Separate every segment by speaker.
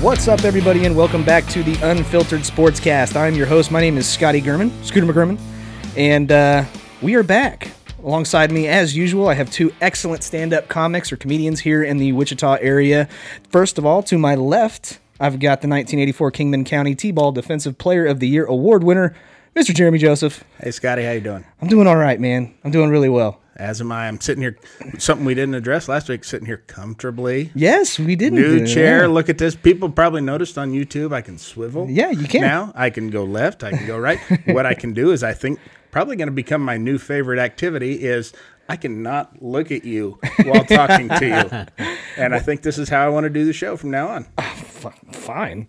Speaker 1: What's up, everybody, and welcome back to the Unfiltered Sportscast. I'm your host. My name is Scotty Gurman, Scooter McGurman, and uh, we are back. Alongside me, as usual, I have two excellent stand up comics or comedians here in the Wichita area. First of all, to my left, I've got the 1984 Kingman County T Ball Defensive Player of the Year award winner, Mr. Jeremy Joseph.
Speaker 2: Hey Scotty, how you doing?
Speaker 1: I'm doing all right, man. I'm doing really well.
Speaker 2: As am I. I'm sitting here, something we didn't address last week. Sitting here comfortably,
Speaker 1: Yes, we didn't.
Speaker 2: new
Speaker 1: do that.
Speaker 2: chair. Look at this. People probably noticed on YouTube. I can swivel.
Speaker 1: Yeah, you can.
Speaker 2: Now I can go left. I can go right. what I can do is, I think probably going to become my new favorite activity is I cannot look at you while talking to you, and I think this is how I want to do the show from now on.
Speaker 1: F- fine.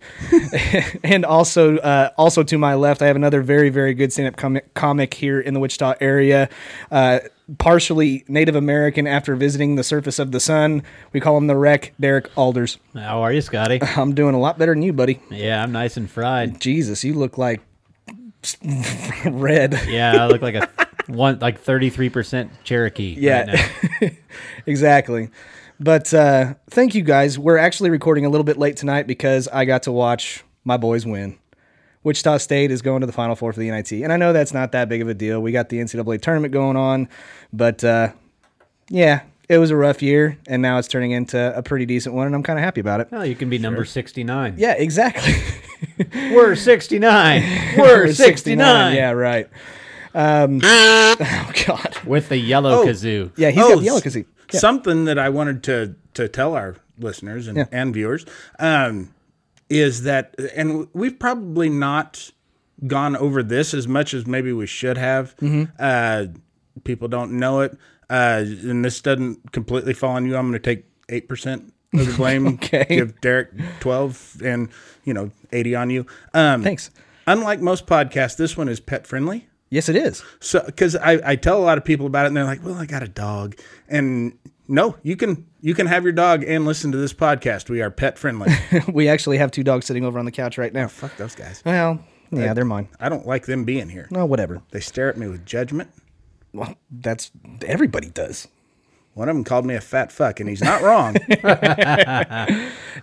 Speaker 1: and also, uh, also to my left, I have another very, very good stand-up comic, comic here in the Wichita area. Uh, partially Native American after visiting the surface of the sun. We call him the wreck, Derek Alders.
Speaker 3: How are you, Scotty?
Speaker 1: I'm doing a lot better than you, buddy.
Speaker 3: Yeah, I'm nice and fried.
Speaker 1: Jesus, you look like red.
Speaker 3: Yeah, I look like a one like 33 percent Cherokee.
Speaker 1: Yeah.
Speaker 3: right now.
Speaker 1: exactly. But uh, thank you guys. We're actually recording a little bit late tonight because I got to watch my boys win. Wichita State is going to the Final Four for the NIT, and I know that's not that big of a deal. We got the NCAA tournament going on, but uh, yeah, it was a rough year, and now it's turning into a pretty decent one, and I'm kind of happy about it.
Speaker 3: Well, Oh, you can be number 69.
Speaker 1: Yeah, exactly.
Speaker 3: We're 69. We're 69.
Speaker 1: Yeah, right. Um, oh God.
Speaker 3: With the yellow kazoo.
Speaker 1: Yeah, he's
Speaker 2: Oh,
Speaker 1: got the yellow because he. Yeah.
Speaker 2: something that I wanted to to tell our listeners and, and viewers um, is that, and we've probably not gone over this as much as maybe we should have.
Speaker 1: Mm-hmm.
Speaker 2: Uh, people don't know it, uh, and this doesn't completely fall on you. I'm going to take eight percent of the blame.
Speaker 1: Okay.
Speaker 2: Give Derek twelve, and you know eighty on you. Um,
Speaker 1: Thanks.
Speaker 2: Unlike most podcasts, this one is pet friendly.
Speaker 1: Yes, it is.
Speaker 2: So, because I, I tell a lot of people about it, and they're like, "Well, I got a dog," and no, you can you can have your dog and listen to this podcast. We are pet friendly.
Speaker 1: we actually have two dogs sitting over on the couch right now.
Speaker 2: Fuck those guys.
Speaker 1: Well, yeah, they're mine.
Speaker 2: I don't like them being here.
Speaker 1: No, whatever.
Speaker 2: They stare at me with judgment.
Speaker 1: Well, that's everybody does.
Speaker 2: One of them called me a fat fuck, and he's not wrong.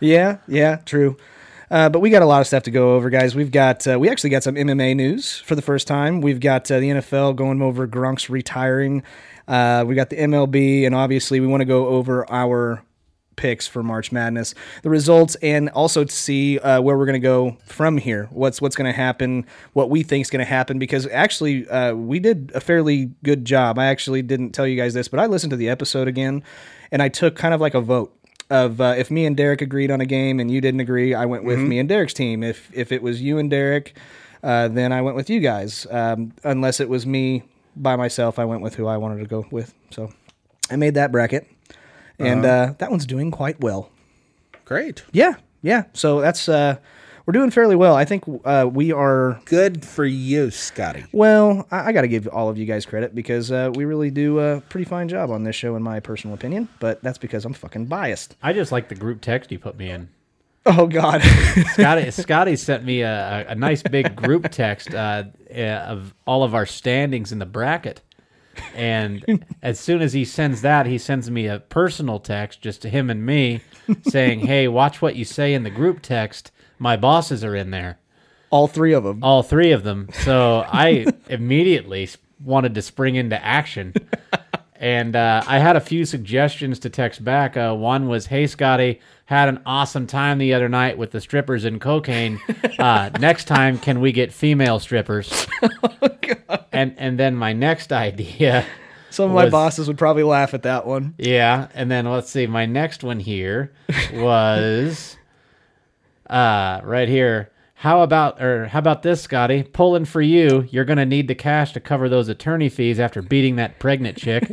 Speaker 1: Yeah, yeah, true. Uh, but we got a lot of stuff to go over, guys. We've got uh, we actually got some MMA news for the first time. We've got uh, the NFL going over Gronk's retiring. Uh, we got the MLB, and obviously we want to go over our picks for March Madness, the results, and also to see uh, where we're going to go from here. What's what's going to happen? What we think is going to happen? Because actually, uh, we did a fairly good job. I actually didn't tell you guys this, but I listened to the episode again, and I took kind of like a vote of uh, if me and Derek agreed on a game and you didn't agree, I went with me and Derek's team. If if it was you and Derek, uh, then I went with you guys. Um, unless it was me by myself, I went with who I wanted to go with. So I made that bracket, and uh, that one's doing quite well.
Speaker 2: Great,
Speaker 1: Yeah, yeah. So that's uh, we're doing fairly well. I think uh, we are.
Speaker 2: good for you, Scotty.
Speaker 1: Well, I, I got to give all of you guys credit because uh, we really do a pretty fine job on this show, in my personal opinion. But that's because I'm fucking biased.
Speaker 3: I just like the group text you put me in.
Speaker 1: Oh God.
Speaker 3: Scotty, Scotty sent me a, a- a nice big group text uh, uh, of all of our standings in the bracket. And as soon as he sends that, he sends me a personal text just to him and me saying, Hey, watch what you say in the group text. My bosses are in there,
Speaker 1: all three of them.
Speaker 3: all three of them. So I immediately s- wanted to spring into action And uh, I had a few suggestions to text back. Uh, one was, "Hey Scotty, had an awesome time the other night with the strippers and cocaine. Uh, next time, can we get female strippers?" And and then my next idea,
Speaker 1: Some of my
Speaker 3: Was-
Speaker 1: bosses would probably laugh at that one.
Speaker 3: yeah. And then let's see, my next one here was, uh, right here. How about or how about this, Scotty? Pulling for you. You're gonna need the cash to cover those attorney fees after beating that pregnant chick.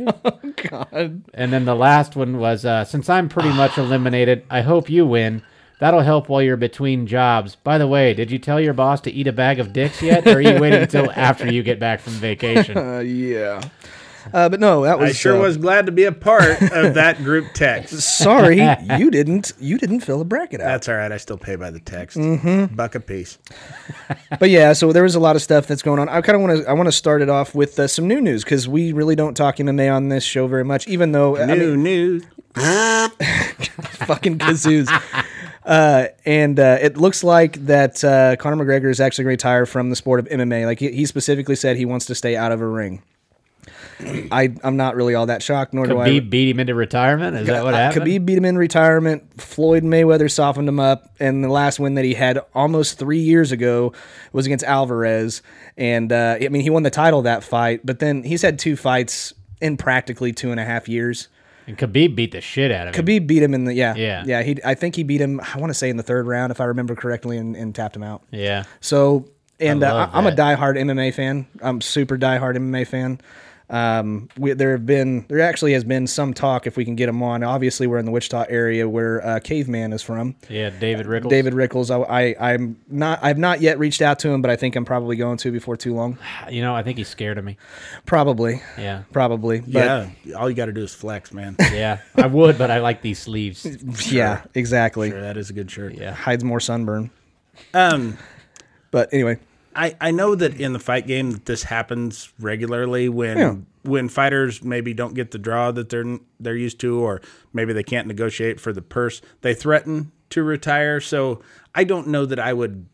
Speaker 1: God.
Speaker 3: And then the last one was uh, since I'm pretty much eliminated, I hope you win. That'll help while you're between jobs. By the way, did you tell your boss to eat a bag of dicks yet? Or are you waiting until after you get back from vacation?
Speaker 1: Uh, yeah. Uh, but no, that was
Speaker 2: I sure
Speaker 1: uh,
Speaker 2: was glad to be a part of that group text.
Speaker 1: Sorry, you didn't. You didn't fill a bracket out.
Speaker 2: That's all right. I still pay by the text.
Speaker 1: Mm-hmm.
Speaker 2: Buck a piece.
Speaker 1: but yeah, so there was a lot of stuff that's going on. I kind of want to. I want to start it off with uh, some new news because we really don't talk MMA on this show very much. Even though I
Speaker 2: New
Speaker 1: mean,
Speaker 2: news.
Speaker 1: fucking kazoos. Uh, and uh, it looks like that uh, Conor McGregor is actually going to retire from the sport of MMA. Like he, he specifically said, he wants to stay out of a ring. I I'm not really all that shocked, nor do I.
Speaker 3: Khabib beat him into retirement? Is that what
Speaker 1: Uh,
Speaker 3: happened?
Speaker 1: Khabib beat him in retirement. Floyd Mayweather softened him up, and the last win that he had almost three years ago was against Alvarez. And uh, I mean, he won the title that fight, but then he's had two fights in practically two and a half years.
Speaker 3: And Khabib beat the shit out of him.
Speaker 1: Khabib beat him in the yeah
Speaker 3: Yeah.
Speaker 1: yeah he I think he beat him I want to say in the third round if I remember correctly and, and tapped him out.
Speaker 3: Yeah.
Speaker 1: So and
Speaker 3: I
Speaker 1: I uh,
Speaker 3: love
Speaker 1: I- I'm a
Speaker 3: that.
Speaker 1: diehard MMA fan. I'm super diehard MMA fan. Um, we, there have been there actually has been some talk if we can get him on. Obviously, we're in the Wichita area where uh, Caveman is from.
Speaker 3: Yeah, David Rickles.
Speaker 1: Uh, David Rickles, I, I I'm not I've not yet reached out to him, but I think I'm probably going to before too long.
Speaker 3: You know, I think he's scared of me.
Speaker 1: Probably,
Speaker 3: Yeah.
Speaker 1: probably. But
Speaker 2: yeah. All you got to do is flex, man.
Speaker 3: Yeah. I would, but I like these sleeves.
Speaker 1: yeah, exactly.
Speaker 2: Sure, that is a good shirt.
Speaker 3: Yeah.
Speaker 1: Hides more sunburn.
Speaker 2: Um,
Speaker 1: But anyway,
Speaker 2: I, I know that in the fight game that this happens regularly when
Speaker 1: Yeah.
Speaker 2: when fighters maybe don't get the draw that they're they're used to or maybe they can't negotiate for the purse they threaten to retire so I don't know that I would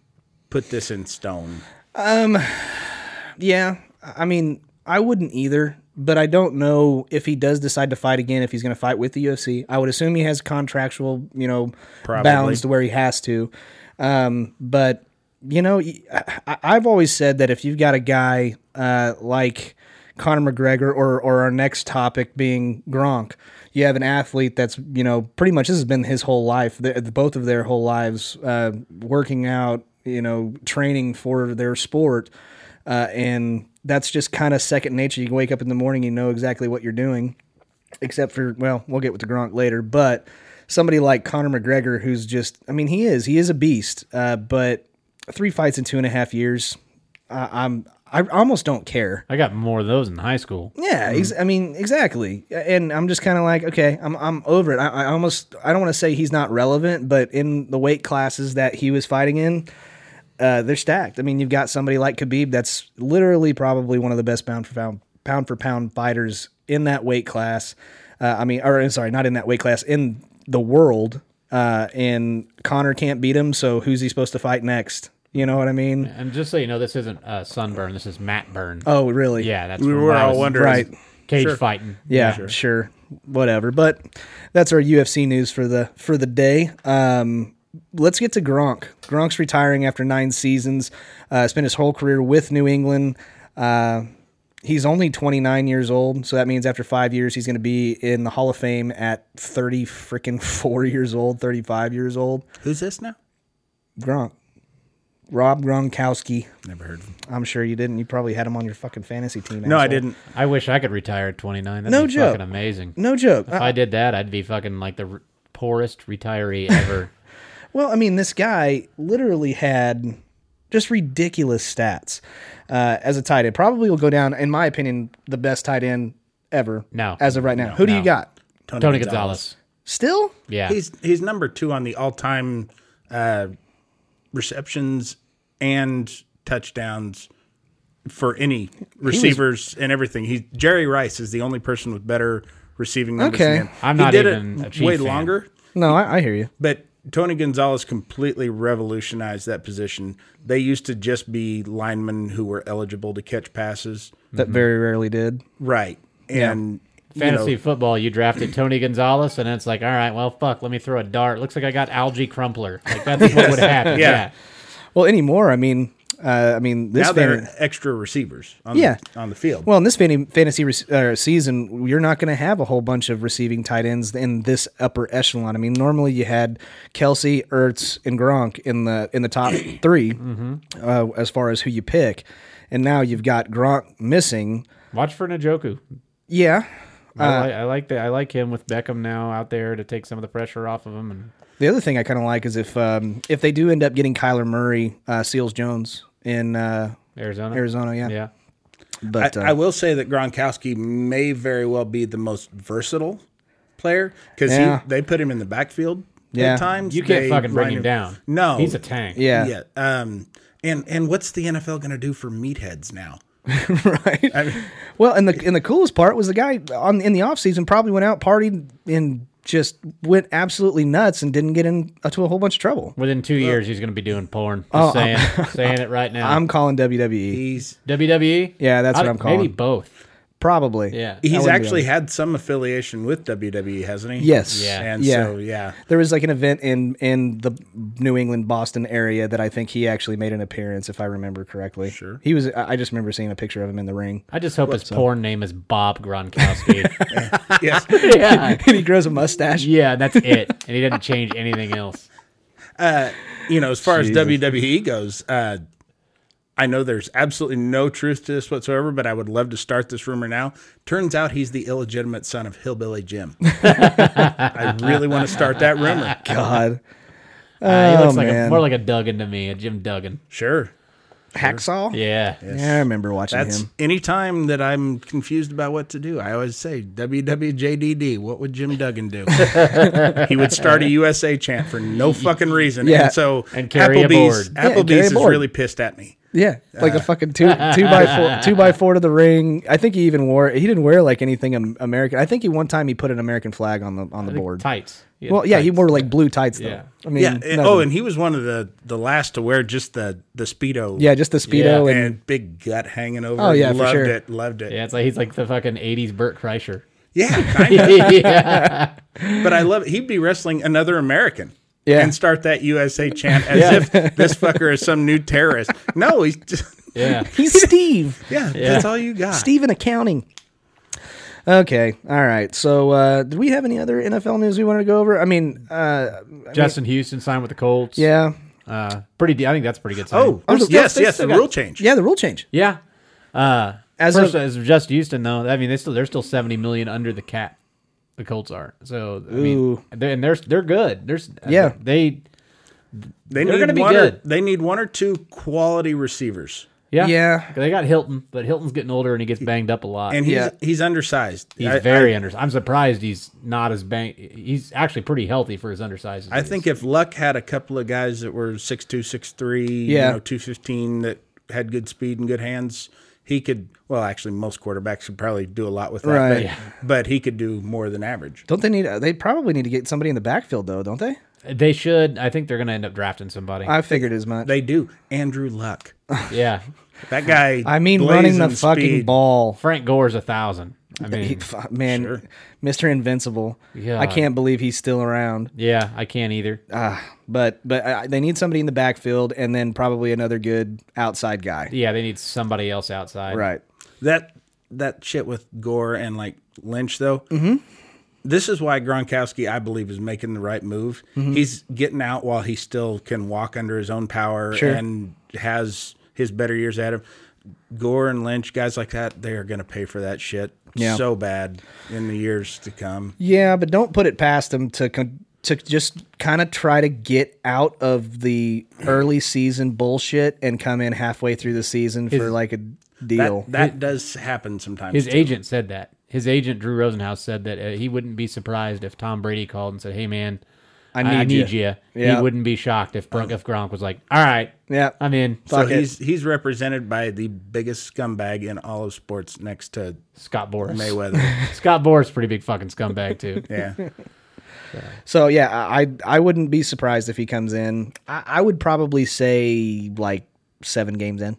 Speaker 2: put this in stone
Speaker 1: Yeah, I mean, I wouldn't either, but I don't know if he does decide to fight again. If he's going to fight with the UFC, I would assume he has contractual, you know,
Speaker 2: Probably.
Speaker 1: bounds to where he has to. Um, but you know, y- I, have always said that if you've got a guy uh, like Conor McGregor, or or our next topic being Gronk, you have an athlete that's you know pretty much this has been his whole life, the, the- both of their whole lives, uh, working out, you know, training for their sport uh, and that's just kind of second nature. You can wake up in the morning, you know exactly what you're doing, except for well, we'll get with the Gronk later. But somebody like Conor McGregor, who's just, I mean, he is, he is a beast. Uh, but three fights in two and a half years, I I'm, I almost don't care.
Speaker 3: I got more of those in high school.
Speaker 1: Yeah, ex- I mean, exactly. And I'm just kind of like, okay, I'm I'm over it. I, I almost I don't want to say he's not relevant, but in the weight classes that he was fighting in, uh, they're stacked. I mean, you've got somebody like Khabib that's literally probably one of the best pound for pound pound for pound fighters in that weight class. Uh, I mean, or I'm sorry, not in that weight class in the world. Uh, and Connor can't beat him, so who's he supposed to fight next? You know what I mean?
Speaker 3: And just so you know, this isn't uh, sunburn. This is Matt burn.
Speaker 1: Oh, really?
Speaker 3: yeah, that's
Speaker 2: we
Speaker 3: from
Speaker 2: were
Speaker 3: when I
Speaker 2: all
Speaker 3: was
Speaker 2: wondering
Speaker 1: Right.
Speaker 3: Cage fighting.
Speaker 1: Yeah, sure. Whatever. But that's our UFC news for the for the day. Um let's get to Gronk. Gronk's retiring after 9 seasons. Uh spent his whole career with New England. Uh He's only 29 years old, so that means after five years, he's going to be in the Hall of Fame at 30 freaking four years old, 35 years old.
Speaker 2: who's this now
Speaker 1: Gronk, Rob Gronkowski.
Speaker 2: never heard of him
Speaker 1: I'm sure you didn't. You probably had him on your fucking fantasy team.
Speaker 2: no I
Speaker 1: asshole.
Speaker 2: didn't
Speaker 3: I wish I could retire at 29. That'd
Speaker 1: No
Speaker 3: be
Speaker 1: joke.
Speaker 3: fucking amazing.
Speaker 1: No joke.
Speaker 3: If I did that, I'd be fucking like the r- poorest retiree ever.
Speaker 1: Well, I mean, this guy literally had just ridiculous stats uh, as a tight end. Probably will go down, in my opinion, the best tight end ever.
Speaker 3: No.
Speaker 1: as of right now, who do you
Speaker 3: No.
Speaker 1: got?
Speaker 3: Tony Gonzalez.
Speaker 1: Still,
Speaker 3: Yeah.
Speaker 2: He's he's number two on the all time uh, receptions and touchdowns for any receivers and everything. He Jerry Rice is the only person with better receiving numbers.
Speaker 1: Okay.
Speaker 2: than him.
Speaker 3: I'm
Speaker 2: he
Speaker 3: not
Speaker 2: did
Speaker 3: even a
Speaker 2: it
Speaker 3: Chief
Speaker 2: way
Speaker 3: fan.
Speaker 2: longer,
Speaker 1: no, I, I hear you.
Speaker 2: but Tony Gonzalez completely revolutionized that position. They used to just be
Speaker 3: Mm-hmm.
Speaker 2: linemen who were eligible to catch passes,
Speaker 1: That very rarely did.
Speaker 2: right? And
Speaker 3: fantasy
Speaker 2: you know,
Speaker 3: football, you drafted Tony Gonzalez, and it's like, all right, well, fuck, let me throw a dart. Looks like I got algae crumpler. Like that's what would happen.
Speaker 2: Yeah.
Speaker 3: Yeah.
Speaker 1: Well, anymore, I mean, uh, I mean, this
Speaker 2: now
Speaker 1: fan-
Speaker 2: they're extra receivers on,
Speaker 1: Yeah.
Speaker 2: the, on the field.
Speaker 1: Well, in this fan- fantasy re- uh, season, you're not going to have a whole bunch of receiving tight ends in this upper echelon. I mean, normally you had Kelsey, Ertz, and Gronk in the in the top 3 uh, as far as who you pick, and now you've got Gronk missing.
Speaker 3: Watch for Najoku.
Speaker 1: Yeah,
Speaker 3: I,
Speaker 1: Uh,
Speaker 3: like, I like that. I like him with Beckham now out there to take some of the pressure off of him. And
Speaker 1: The other thing I kind of like is if um, if they do end up getting Kyler Murray, uh, Seals Jones in uh,
Speaker 3: Arizona.
Speaker 1: Arizona, yeah.
Speaker 3: Yeah.
Speaker 1: But
Speaker 2: I,
Speaker 1: uh,
Speaker 2: I will say that Gronkowski may very well be the most versatile player because
Speaker 1: Yeah.
Speaker 2: they put him in the backfield
Speaker 1: Yeah.
Speaker 2: at times.
Speaker 3: You can't
Speaker 2: They
Speaker 3: fucking bring
Speaker 2: line
Speaker 3: him down.
Speaker 2: No,
Speaker 3: He's a tank.
Speaker 1: yeah,
Speaker 2: Yeah. Um, and and what's the NFL going to do for meatheads now?
Speaker 1: right.
Speaker 2: I mean,
Speaker 1: Well, and the and the coolest part was the guy on in the off season probably went out partied and just went absolutely nuts and didn't get into a whole bunch of trouble.
Speaker 3: Within two years, he's going to be doing porn. Just
Speaker 1: Oh,
Speaker 3: saying, saying it right now.
Speaker 1: I'm calling E, WWE
Speaker 2: he's
Speaker 3: WWE.
Speaker 1: Yeah, that's what
Speaker 3: I'd-
Speaker 1: I'm calling.
Speaker 3: Maybe both.
Speaker 1: probably.
Speaker 3: Yeah.
Speaker 2: he's
Speaker 1: wouldn't be
Speaker 2: actually had some affiliation with WWE, hasn't he?
Speaker 1: Yes.
Speaker 3: Yeah.
Speaker 2: And
Speaker 1: Yeah.
Speaker 2: so yeah,
Speaker 1: There was like an event in in the New England Boston area that I think he actually made an appearance if I remember correctly. Sure. He was I I just remember seeing a picture of him in the ring.
Speaker 3: I just hope his porn name is Bob Gronkowski.
Speaker 2: yes.
Speaker 3: yeah.
Speaker 1: and he grows a mustache.
Speaker 3: Yeah, that's it. And he didn't change anything else.
Speaker 2: you know, as far as WWE goes, uh, I know there's absolutely no truth to this whatsoever, but I would love to start this rumor now. Turns out he's the illegitimate son of Hillbilly Jim. I really want to start that rumor.
Speaker 1: God.
Speaker 3: Uh, he looks like
Speaker 1: Oh, man.
Speaker 3: a, more like a Duggan to me, a Jim Duggan.
Speaker 2: Sure.
Speaker 1: Hacksaw?
Speaker 3: Yeah.
Speaker 1: Yeah, I remember watching
Speaker 2: That's
Speaker 1: him.
Speaker 2: any time that I'm confused about what to do. I always say WWJDD. What would Jim Duggan do? he would start a USA chant for no fucking reason.
Speaker 1: Yeah.
Speaker 2: And so
Speaker 3: And carry a
Speaker 2: Applebee's,
Speaker 3: board.
Speaker 1: Yeah, and
Speaker 2: Applebee's
Speaker 1: carry a
Speaker 2: is
Speaker 1: board.
Speaker 2: really pissed at me.
Speaker 1: Yeah, like a fucking two two by four two by four to the ring. I think he even wore he didn't wear like anything Am- American. I think he one time he put an American flag on the on the board.
Speaker 3: Tights. He had
Speaker 1: well, yeah, he
Speaker 3: tights.
Speaker 1: wore like blue tights though.
Speaker 3: Yeah.
Speaker 1: I mean,
Speaker 2: yeah. and-
Speaker 1: nothing.
Speaker 2: oh, and he was one of the the last to wear just the the speedo.
Speaker 1: yeah, just the speedo
Speaker 3: Yeah.
Speaker 1: and
Speaker 2: and big gut hanging over.
Speaker 1: Oh, yeah, for
Speaker 2: loved
Speaker 1: sure.
Speaker 2: it. Loved it.
Speaker 3: Yeah, it's like he's like the fucking '80s Burt Kreischer.
Speaker 2: Yeah, I know.
Speaker 3: yeah.
Speaker 2: but I love. He'd be wrestling another American.
Speaker 1: Yeah.
Speaker 2: and start that USA chant as if this fucker is some new terrorist. No, he's just
Speaker 3: Yeah.
Speaker 1: he's Steve.
Speaker 2: yeah. That's all you got.
Speaker 1: Steve in accounting. Okay, all right. So, uh, did we have any other NFL news we wanted to go over? I mean, uh,
Speaker 3: Justin Houston signed with the Colts.
Speaker 1: yeah,
Speaker 3: Uh, pretty. De- I think that's a pretty good. Sign.
Speaker 2: Oh,
Speaker 1: Oh, the-
Speaker 2: yes,
Speaker 3: they
Speaker 2: yes. The
Speaker 3: still
Speaker 2: rule
Speaker 3: got-
Speaker 2: change.
Speaker 1: yeah. The rule change.
Speaker 3: yeah. Uh,
Speaker 1: As
Speaker 3: as first,
Speaker 1: of-
Speaker 3: as of just Houston though, I mean they still they're still seventy million under the cap. The Colts are so. I
Speaker 1: Ooh.
Speaker 3: mean, they're, and they're they're good. There's
Speaker 1: Yeah.
Speaker 3: they
Speaker 2: they
Speaker 3: they're
Speaker 2: need
Speaker 3: gonna be
Speaker 2: one or-
Speaker 3: good.
Speaker 2: they need one or two quality receivers,
Speaker 3: yeah
Speaker 1: Yeah.
Speaker 3: they got Hilton, but Hilton's getting older and he gets banged up a lot.
Speaker 2: and he's
Speaker 1: Yeah.
Speaker 2: he's undersized.
Speaker 3: He's
Speaker 2: I,
Speaker 3: very under. I'm surprised he's not as bang. He's actually pretty healthy for his undersized.
Speaker 2: I think if Luck had a couple of guys that were six two, six three,
Speaker 1: Yeah.
Speaker 2: you know, two fifteen that had good speed and good hands, he could. Well, actually, most quarterbacks could probably do a lot with that,
Speaker 1: Right.
Speaker 2: but,
Speaker 1: Yeah.
Speaker 2: but he could do more than average.
Speaker 1: Don't they need? They probably need to get somebody in the backfield though, don't they?
Speaker 3: they should. I think they're going to end up drafting somebody.
Speaker 1: I figured as much.
Speaker 2: They do. Andrew Luck,
Speaker 3: yeah,
Speaker 2: that guy.
Speaker 1: I mean, running the
Speaker 2: blazing
Speaker 1: fucking
Speaker 2: speed.
Speaker 1: ball.
Speaker 3: Frank Gore's a thousand. I mean,
Speaker 1: Fuck, man, Mr. Invincible.
Speaker 3: Yeah.
Speaker 1: I can't believe he's still around.
Speaker 3: yeah, I can't either.
Speaker 1: But but uh, they need somebody in the backfield and then probably another good outside guy.
Speaker 3: Yeah, they need somebody else outside.
Speaker 1: Right.
Speaker 2: That that shit with Gore and like Lynch though.
Speaker 1: Mm-hmm.
Speaker 2: This is why Gronkowski, I believe, is making the right move.
Speaker 1: Mm-hmm.
Speaker 2: He's getting out while he still can walk under his own power and has his better years ahead of him. Gore and Lynch, guys like that, they are going to pay for that shit
Speaker 1: Yeah.
Speaker 2: so bad in the years to come.
Speaker 1: Yeah, but don't put it past them to con- to just kind of try to get out of the early season bullshit and come in halfway through the season for like a deal.
Speaker 2: That, that does happen sometimes.
Speaker 3: His
Speaker 2: too.
Speaker 3: agent said that. His agent Drew Rosenhaus said that uh, he wouldn't be surprised if Tom Brady called and said, "Hey man, I
Speaker 1: need
Speaker 3: need,
Speaker 1: ya."
Speaker 3: you."
Speaker 1: Yeah. Uh,
Speaker 3: He wouldn't be shocked if Bron- if Gronk was like, "All right,
Speaker 1: Yeah.
Speaker 3: I'm in."
Speaker 2: So
Speaker 1: Fuck it.
Speaker 2: he's he's represented by the biggest scumbag in all of sports, next to
Speaker 3: Scott Boris.
Speaker 2: Mayweather.
Speaker 3: Scott Boris, pretty big fucking scumbag too.
Speaker 2: yeah,
Speaker 1: So yeah, I I wouldn't be surprised if he comes in. I, I would probably say like seven games in.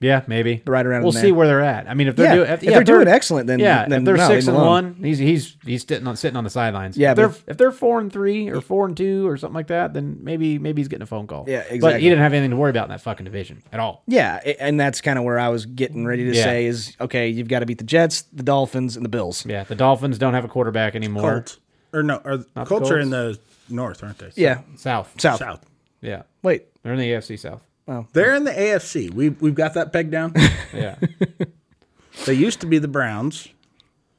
Speaker 3: Yeah, maybe
Speaker 1: Right around
Speaker 3: We'll
Speaker 1: in
Speaker 3: see
Speaker 1: there.
Speaker 3: where they're at. I mean, if they're
Speaker 1: Yeah,
Speaker 3: doing
Speaker 1: if they're doing excellent, then-
Speaker 3: yeah,
Speaker 1: then
Speaker 3: if they're
Speaker 1: no, leave
Speaker 3: six
Speaker 1: them
Speaker 3: and
Speaker 1: alone.
Speaker 3: one, he's he's he's sitting on sitting on the sidelines.
Speaker 1: Yeah,
Speaker 3: if they're
Speaker 1: but
Speaker 3: if they're four and three or four and two or something like that, then maybe maybe he's getting a phone call.
Speaker 1: Yeah,
Speaker 3: But
Speaker 1: exactly.
Speaker 3: he didn't have anything to worry about in that fucking division at all.
Speaker 1: Yeah, a- and that's kind of where I was getting ready to
Speaker 3: Yeah.
Speaker 1: say is okay, you've got to beat the Jets, the Dolphins, and the Bills.
Speaker 3: Yeah, the Dolphins don't have a quarterback anymore.
Speaker 2: Colts or no, or the Colts, are in the north, aren't they?
Speaker 1: Yeah,
Speaker 3: South.
Speaker 1: South.
Speaker 2: South.
Speaker 3: Yeah,
Speaker 1: Wait,
Speaker 3: they're in the AFC South.
Speaker 2: They're in the AFC. We we've got that pegged down.
Speaker 3: Yeah,
Speaker 2: they used to be the Browns.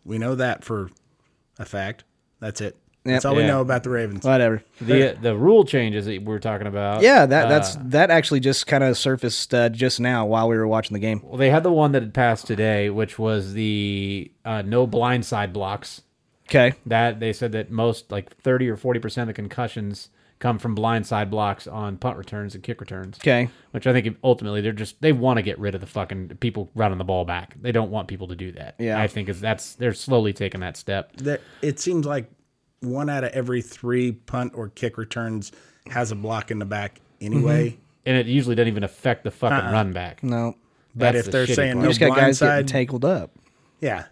Speaker 2: We know that for a fact. That's it. That's all we
Speaker 3: Yeah.
Speaker 2: know about the Ravens.
Speaker 1: whatever.
Speaker 3: the the rule changes that we were talking about.
Speaker 1: Yeah, that that's that actually just kind of surfaced uh, just now while we were watching the game.
Speaker 3: Well, they had the one that had passed today, which was the uh, no blindside blocks.
Speaker 1: Okay,
Speaker 3: That they said that most like thirty or forty percent of the concussions come from blindside blocks on punt returns and kick returns.
Speaker 1: okay,
Speaker 3: Which I think ultimately they're just they want to get rid of the fucking people running the ball back. They don't want people to do that.
Speaker 1: Yeah.
Speaker 3: I think is that's they're slowly taking that step.
Speaker 2: That- it seems like one out of every three punt or kick returns has a block in the back anyway.
Speaker 3: And it usually doesn't even affect the fucking run back.
Speaker 1: no,
Speaker 2: But
Speaker 3: That's
Speaker 2: if
Speaker 3: the
Speaker 2: they're
Speaker 3: shitty
Speaker 2: saying
Speaker 3: part.
Speaker 2: no
Speaker 1: you just got guys getting
Speaker 2: blindside,
Speaker 1: tangled up.
Speaker 2: yeah.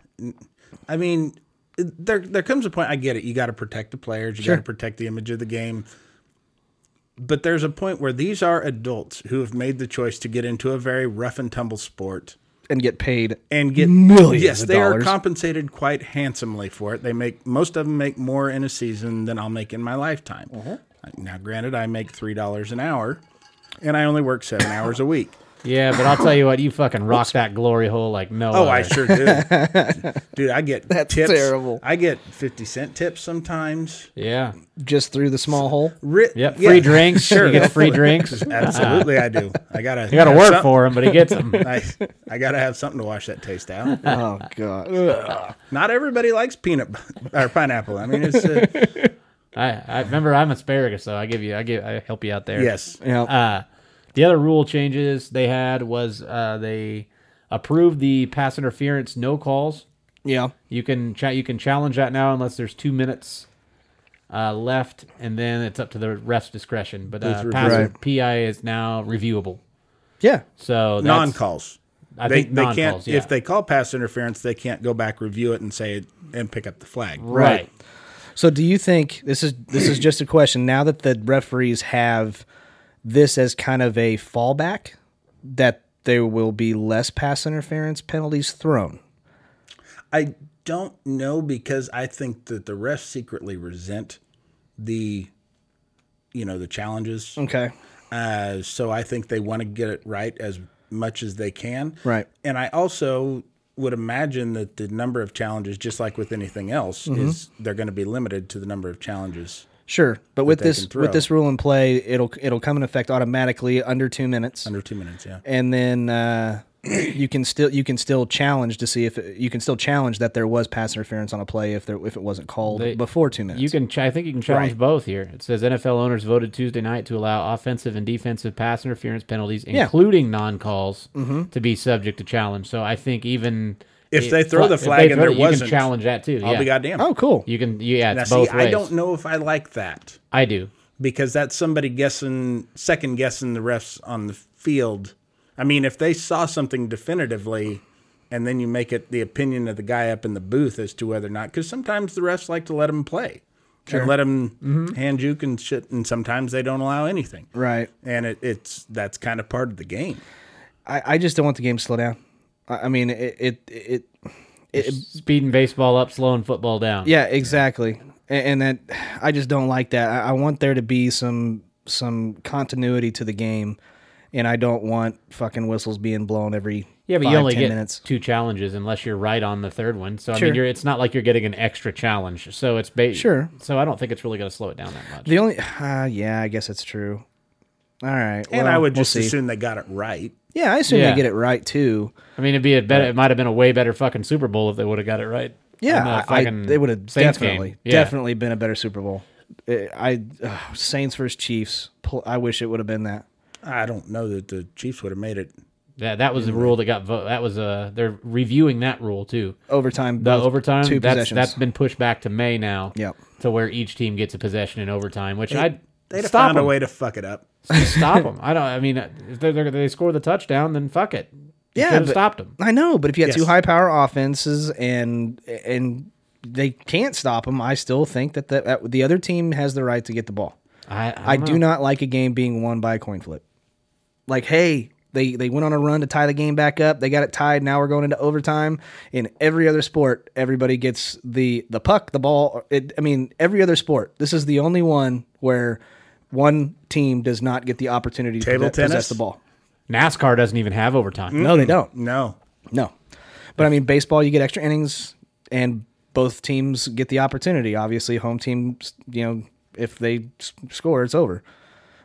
Speaker 2: I mean, there there comes a point. I get it. You got to protect the players. You got to protect the image of the game. But there's a point where these are adults who have made the choice to get into a very rough and tumble sport.
Speaker 1: and get paid.
Speaker 2: and get
Speaker 1: Millions
Speaker 2: Yes,
Speaker 1: of
Speaker 2: they
Speaker 1: dollars.
Speaker 2: are compensated quite handsomely for it. They make most of them make more in a season than I'll make in my lifetime.
Speaker 1: Uh-huh.
Speaker 2: Now, granted, I make three dollars an hour, and I only work seven hours a week.
Speaker 3: Yeah, but I'll tell you what, you fucking rock that glory hole like no.
Speaker 2: Oh,
Speaker 3: other.
Speaker 2: I sure do, dude. I get
Speaker 1: That's
Speaker 2: tips.
Speaker 1: terrible.
Speaker 2: I get fifty cent tips sometimes.
Speaker 3: Yeah.
Speaker 1: Just through the small hole.
Speaker 2: Ri-
Speaker 3: Yep.
Speaker 2: yeah,
Speaker 3: Free drinks. You get free drinks. You
Speaker 2: Absolutely, I do. I gotta.
Speaker 3: got to work for him, but he gets them.
Speaker 2: I, I gotta have something to wash that taste out.
Speaker 1: Oh god. Ugh.
Speaker 2: Not everybody likes peanut bu- or pineapple. I mean, it's uh,
Speaker 3: I, I remember I'm asparagus, so I give you, I give, I help you out there.
Speaker 2: yes.
Speaker 1: Yeah.
Speaker 3: Uh, the other rule changes they had was uh, they approved the pass interference no calls.
Speaker 1: yeah.
Speaker 3: You can cha- you can challenge that now unless there's two minutes uh, left, and then it's up to the ref's discretion. But uh, pass
Speaker 1: review. Right.
Speaker 3: PI is now reviewable.
Speaker 1: Yeah.
Speaker 3: So that's,
Speaker 2: non calls.
Speaker 3: I
Speaker 2: they,
Speaker 3: think
Speaker 2: they
Speaker 3: non-calls,
Speaker 2: can't
Speaker 3: yeah.
Speaker 2: if they call pass interference, they can't go back review it and say and pick up the flag.
Speaker 3: right.
Speaker 1: So do you think this is this is just a question now that the referees have this as kind of a fallback that there will be less pass interference penalties thrown?
Speaker 2: I don't know because I think that the refs secretly resent the you know the
Speaker 3: Oh.
Speaker 2: challenges.
Speaker 1: Okay.
Speaker 2: Uh, so I think they want to get it right as much as they can.
Speaker 1: Right.
Speaker 2: And I also would imagine that the number of challenges, just like with anything else,
Speaker 3: Mm-hmm.
Speaker 2: is they're going to be limited to the number of challenges.
Speaker 1: Sure. But with
Speaker 2: they can
Speaker 1: this
Speaker 2: throw.
Speaker 1: with this rule in play, it'll it'll come in effect automatically under 2 minutes.
Speaker 2: Under two minutes, yeah.
Speaker 1: and then uh, you can still you can still challenge to see if it, you can still challenge that there was pass interference on a play if there if it wasn't called
Speaker 3: They-
Speaker 1: before two minutes.
Speaker 3: You can. Ch- I think you can challenge both here. It says NFL owners voted Tuesday night to allow offensive and defensive pass interference penalties, including non-calls, to be subject to challenge. So I think even
Speaker 2: Mm-hmm. If
Speaker 3: it-
Speaker 2: they throw the
Speaker 3: if they
Speaker 2: flag and
Speaker 3: throw
Speaker 2: there
Speaker 3: it, you
Speaker 2: wasn't,
Speaker 3: can challenge that too.
Speaker 2: I'll
Speaker 3: yeah.
Speaker 2: be goddamn.
Speaker 1: oh, cool.
Speaker 3: You can. Yeah,
Speaker 2: Now,
Speaker 3: it's
Speaker 2: see,
Speaker 3: both ways.
Speaker 2: I don't know if I like that
Speaker 3: I do.
Speaker 2: because that's somebody guessing, second guessing the refs on the field. I mean, if they saw something definitively, and then you make it the opinion of the guy up in the booth as to whether or not, because sometimes the refs like to let them play and let them hand juke and shit, and sometimes they don't allow anything.
Speaker 1: Mm-hmm. Right.
Speaker 2: And it, it's that's kind of part of the game.
Speaker 1: I, I just don't want the game to slow down. I, I mean it it, it
Speaker 3: Speeding baseball up, slowing football down.
Speaker 1: yeah exactly, and, and that I just don't like that. I, I want there to be some some continuity to the game, and I don't want fucking whistles being blown every
Speaker 3: Yeah, but
Speaker 1: five,
Speaker 3: you only
Speaker 1: 10
Speaker 3: get
Speaker 1: minutes.
Speaker 3: two challenges unless you're right on the third one. So I
Speaker 1: Sure.
Speaker 3: mean, you're, it's not like you're getting an extra challenge. So it's ba-
Speaker 1: Sure.
Speaker 3: So I don't think it's really going to slow it down that much.
Speaker 1: The only uh, yeah, I guess that's true. All right,
Speaker 2: And
Speaker 1: well,
Speaker 2: I would
Speaker 1: we'll
Speaker 2: just
Speaker 1: see.
Speaker 2: assume they got it right.
Speaker 1: Yeah, I assume
Speaker 3: Yeah.
Speaker 1: they get it right too.
Speaker 3: I mean, it'd be a better. It might have been a way better fucking Super Bowl if they would have got it right.
Speaker 1: Yeah,
Speaker 3: On the
Speaker 1: I- I-
Speaker 3: fucking
Speaker 1: they would have
Speaker 3: Saints game.
Speaker 1: definitely,
Speaker 3: Yeah.
Speaker 1: definitely been a better Super Bowl. I I- ugh, Saints versus Chiefs. Pl- I wish it would have been that.
Speaker 2: I don't know that the Chiefs would have made it.
Speaker 3: That, that was the rule that got vote. That was uh they're reviewing that rule too.
Speaker 1: Overtime,
Speaker 3: The
Speaker 1: both-
Speaker 3: overtime
Speaker 1: two
Speaker 3: that's
Speaker 1: possessions.
Speaker 3: that's been pushed back to May now.
Speaker 1: Yep.
Speaker 3: To where each team gets a possession in overtime, which I'd
Speaker 2: They'd have
Speaker 3: stop
Speaker 2: found
Speaker 3: them.
Speaker 2: a way to fuck it up.
Speaker 3: stop them. I don't. I mean, if they they score the touchdown, then fuck it.
Speaker 1: yeah,
Speaker 3: could have
Speaker 1: but-
Speaker 3: stopped him.
Speaker 1: I know, but if you had two
Speaker 2: Yes.
Speaker 1: high power offenses and and they can't stop him, I still think that the, that the other team has the right to get the ball.
Speaker 3: I, I,
Speaker 1: I
Speaker 3: don't
Speaker 1: do
Speaker 3: know.
Speaker 1: not like a game being won by a coin flip. Like, hey, they they went on a run to tie the game back up. They got it tied. Now we're going into overtime. In every other sport, everybody gets the the puck, the ball. It, I mean, every other sport. This is the only one where one team does not get the opportunity
Speaker 2: Table
Speaker 1: to possess
Speaker 2: tennis?
Speaker 1: the ball.
Speaker 3: NASCAR doesn't even have overtime.
Speaker 1: No, they don't.
Speaker 2: No.
Speaker 1: No. But I mean, baseball, you get extra innings, and both teams get the opportunity. Obviously, home team, you know, if they s- score, it's over.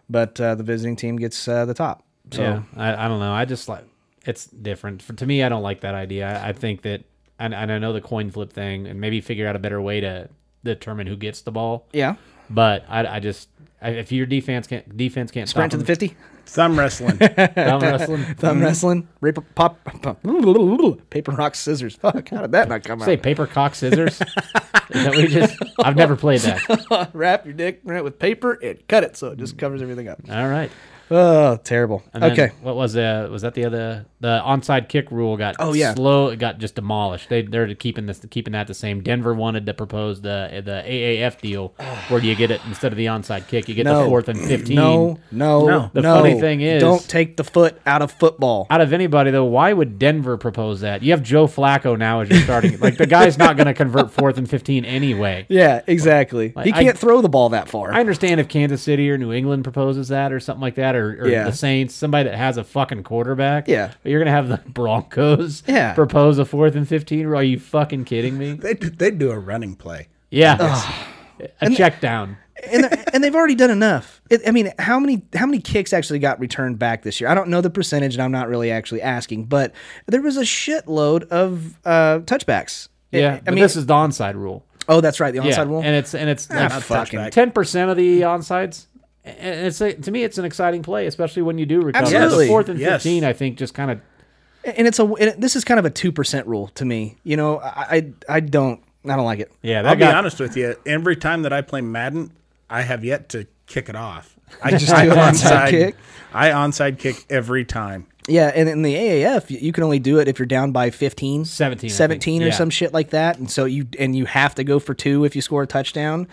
Speaker 1: But uh, the visiting team gets uh, the top. So
Speaker 3: yeah, I, I don't know. I just like it's different. For, to me, I don't like that idea. I, I think that, and, and I know the coin flip thing, and maybe figure out a better way to determine who gets the ball.
Speaker 1: yeah,
Speaker 3: But I, I just I, if your defense can't defense can't
Speaker 1: sprint to
Speaker 3: stop
Speaker 1: the fifty,
Speaker 2: Thumb wrestling.
Speaker 3: them, thumb wrestling.
Speaker 1: thumb wrestling, rape, pop, pop, paper, rock, scissors. Fuck, how did that not come
Speaker 3: Say
Speaker 1: out?
Speaker 3: paper cock scissors. Is that we just? I've never played that.
Speaker 1: Wrap your dick around it with paper and cut it so it
Speaker 3: Mm.
Speaker 1: just covers everything up.
Speaker 3: All right.
Speaker 1: Oh, terrible.
Speaker 3: And then
Speaker 1: okay.
Speaker 3: What was uh was that the other the onside kick rule got
Speaker 1: Oh, yeah.
Speaker 3: slow it got just demolished. They they're keeping this keeping that the same. Denver wanted to propose the the AAF deal where you get it instead of the onside kick, you get
Speaker 1: No.
Speaker 3: the fourth and fifteen.
Speaker 1: No, no, no.
Speaker 2: No.
Speaker 3: The funny thing is-
Speaker 1: don't take the foot out of football.
Speaker 3: Out of anybody though, why would Denver propose that? You have Joe Flacco now as you're starting. like the guy's not gonna convert fourth and fifteen anyway.
Speaker 1: Yeah, exactly. he
Speaker 3: I-
Speaker 1: can't throw the ball that far.
Speaker 3: I understand if Kansas City or New England proposes that or something like that, or, or
Speaker 1: Yeah.
Speaker 3: the Saints, somebody that has a fucking quarterback.
Speaker 1: Yeah.
Speaker 3: But you're going to have the Broncos
Speaker 1: Yeah.
Speaker 3: propose a fourth and 15? Are you fucking kidding me?
Speaker 2: they they do a running play.
Speaker 3: Yeah. it's a check down.
Speaker 1: and, they're- and they've already done enough. It, I mean, how many how many kicks actually got returned back this year? I don't know the percentage, and I'm not really actually asking, but there was a shitload of uh, touchbacks.
Speaker 3: Yeah.
Speaker 1: I- I
Speaker 3: but
Speaker 1: mean,
Speaker 3: this is the onside rule.
Speaker 1: oh, that's right, the onside
Speaker 3: yeah.
Speaker 1: rule.
Speaker 3: And it's, and it's
Speaker 1: Ah,
Speaker 3: like
Speaker 1: fucking-
Speaker 2: touchback.
Speaker 3: 10% of the onsides. And it's a, to me, it's an exciting play, especially when you do recover. The
Speaker 1: Absolutely.
Speaker 3: fourth and
Speaker 2: Yes.
Speaker 3: 15, I think, just kind of.
Speaker 1: and it's a and it- this is kind of a two percent rule to me. You know, I I, I don't I don't like it.
Speaker 3: Yeah, that
Speaker 2: I'll be
Speaker 3: guy,
Speaker 2: honest with you. Every time that I play Madden, I have yet to kick it off. I
Speaker 1: just do an onside kick?
Speaker 2: I onside kick every time.
Speaker 1: Yeah, and in the AAF, y- you can only do it if you're down by 15,
Speaker 3: 17, I think.
Speaker 1: 17 or
Speaker 3: Yeah.
Speaker 1: some shit like that, and so you and you have to go for two if you score a touchdown.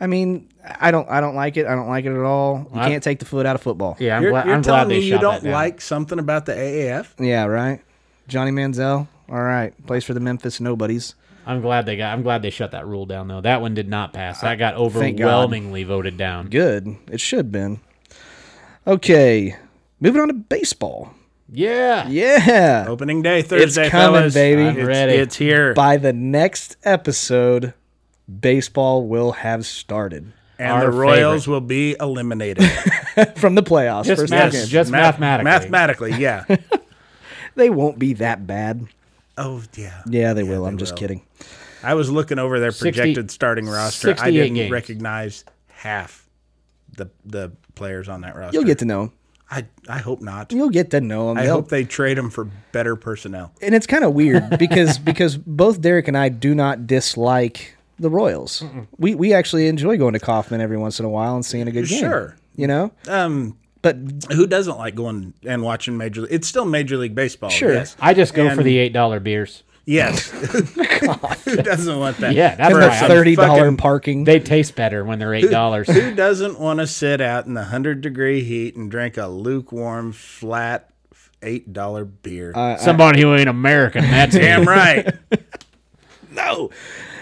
Speaker 1: I mean, I don't, I don't like it. I don't like it at all. You
Speaker 3: I-
Speaker 1: can't take the foot out of football.
Speaker 3: Yeah, I'm,
Speaker 2: You're,
Speaker 3: glad,
Speaker 2: you're
Speaker 3: I'm glad
Speaker 2: telling
Speaker 3: they
Speaker 2: me you
Speaker 3: shot
Speaker 2: don't
Speaker 3: that down.
Speaker 2: like something about the AAF?
Speaker 1: yeah, right. Johnny Manziel, all right, plays for the Memphis Nobodies.
Speaker 3: I'm glad they got. I'm glad they shut that rule down though. That one did not pass. That got
Speaker 1: thank God.
Speaker 3: overwhelmingly voted down.
Speaker 1: Good, it should been. Okay, moving on to baseball.
Speaker 3: Yeah.
Speaker 1: Yeah,
Speaker 2: Opening day Thursday,
Speaker 1: coming,
Speaker 2: fellas.
Speaker 1: baby. I'm
Speaker 2: It's,
Speaker 3: ready.
Speaker 2: it's here.
Speaker 1: by the next episode, baseball will have started
Speaker 2: and
Speaker 3: Our
Speaker 2: the Royals will be eliminated.
Speaker 1: from the playoffs.
Speaker 3: Just
Speaker 1: first
Speaker 3: math-
Speaker 1: game.
Speaker 3: just
Speaker 2: Math- Mathematically,
Speaker 3: mathematically.
Speaker 2: yeah.
Speaker 1: They won't be that bad.
Speaker 2: oh, yeah.
Speaker 1: Yeah, they will. I'm just kidding.
Speaker 2: I was looking over their
Speaker 3: 60
Speaker 2: projected starting roster. I
Speaker 3: 68
Speaker 2: didn't
Speaker 3: games.
Speaker 2: recognize half the the players on that roster.
Speaker 1: You'll get to know 'em.
Speaker 2: I, I hope not.
Speaker 1: You'll get to know them.
Speaker 2: I hope they trade him for better personnel.
Speaker 1: and it's kind of weird because because both Derek and I do not dislike the Royals. We we actually enjoy going to Kaufman every once in a while and seeing a good game.
Speaker 2: Sure.
Speaker 1: you know.
Speaker 2: Um,
Speaker 1: But
Speaker 2: who doesn't like going and watching Major League? It's still Major League Baseball.
Speaker 1: Sure.
Speaker 2: Yes.
Speaker 3: I just go for
Speaker 2: And-
Speaker 3: the eight dollar beers.
Speaker 2: Yes. who doesn't want that?
Speaker 3: Yeah, that's
Speaker 1: and
Speaker 3: right.
Speaker 1: the
Speaker 3: I'm-
Speaker 1: thirty dollar
Speaker 2: fucking-
Speaker 1: parking.
Speaker 3: They taste better when they're eight dollars.
Speaker 2: Who doesn't want to sit out in the 100 degree heat and drink a lukewarm, flat, $8 beer?
Speaker 3: Somebody who ain't American. That's
Speaker 2: Damn right.
Speaker 1: no,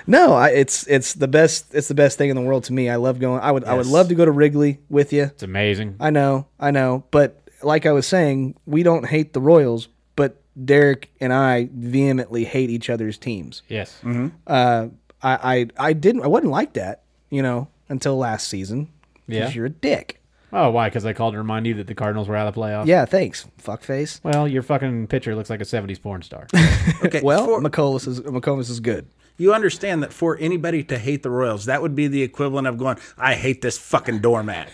Speaker 1: no. I, it's it's the best. It's the best thing in the world to me. I love going. I would I would love to go to Wrigley with you.
Speaker 3: It's amazing.
Speaker 1: I know, I know. But like I was saying, we don't hate the Royals, but Derek and I vehemently hate each other's teams.
Speaker 3: Yes.
Speaker 1: Uh, I, I, I didn't, I wasn't like that, you know, until last season. 'cause
Speaker 3: Yeah.
Speaker 1: you're a dick.
Speaker 3: Oh, why? Because I called to remind you that the Cardinals were out of the playoffs.
Speaker 1: Yeah, thanks, fuckface.
Speaker 3: Well, your fucking pitcher looks like a '70s porn star.
Speaker 2: Okay.
Speaker 1: Well,
Speaker 2: for-
Speaker 1: McComas is McComas is good.
Speaker 2: you understand that for anybody to hate the Royals, that would be the equivalent of going, I hate this fucking doormat.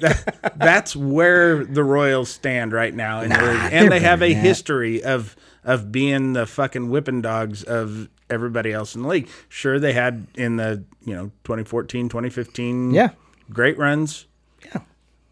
Speaker 2: That- that's where the Royals stand right now. And, we're- and they have a history of of being the fucking whipping dogs of everybody else in the league. Sure, they had in the, you know, 2014, 2015
Speaker 1: Yeah.
Speaker 2: great runs. Yeah.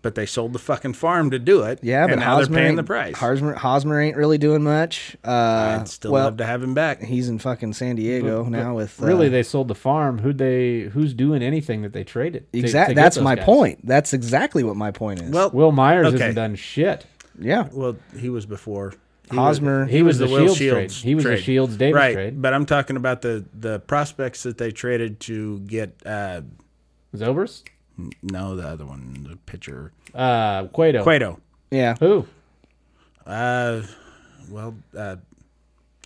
Speaker 2: but they sold the fucking farm to do it.
Speaker 1: Yeah, but
Speaker 2: and now
Speaker 1: Hosmer
Speaker 2: they're paying
Speaker 1: ain't-
Speaker 2: the price.
Speaker 1: Hosmer, Hosmer ain't really doing much. Uh,
Speaker 2: I'd still
Speaker 1: well,
Speaker 2: love to have him back.
Speaker 1: he's in fucking San Diego now with uh,
Speaker 3: really, they sold the farm. Who they? Who's doing anything that they traded? to- to
Speaker 1: Exactly.
Speaker 3: get
Speaker 1: That's
Speaker 3: those
Speaker 1: my
Speaker 3: guys?
Speaker 1: point. That's exactly what my point is.
Speaker 2: Well,
Speaker 3: Will Myers
Speaker 2: Okay.
Speaker 3: hasn't done shit.
Speaker 1: yeah,
Speaker 2: well, he was before He was-
Speaker 1: Hosmer.
Speaker 3: He was the
Speaker 2: Will
Speaker 3: Shields trade. He was the Shields Davis
Speaker 2: right?
Speaker 3: trade.
Speaker 2: But I'm talking about the the prospects that they traded to get. Uh,
Speaker 3: Zobers,
Speaker 2: no, the other one, the pitcher
Speaker 3: uh, Cueto.
Speaker 2: Cueto.
Speaker 1: yeah,
Speaker 3: Who?
Speaker 2: Uh, well, uh,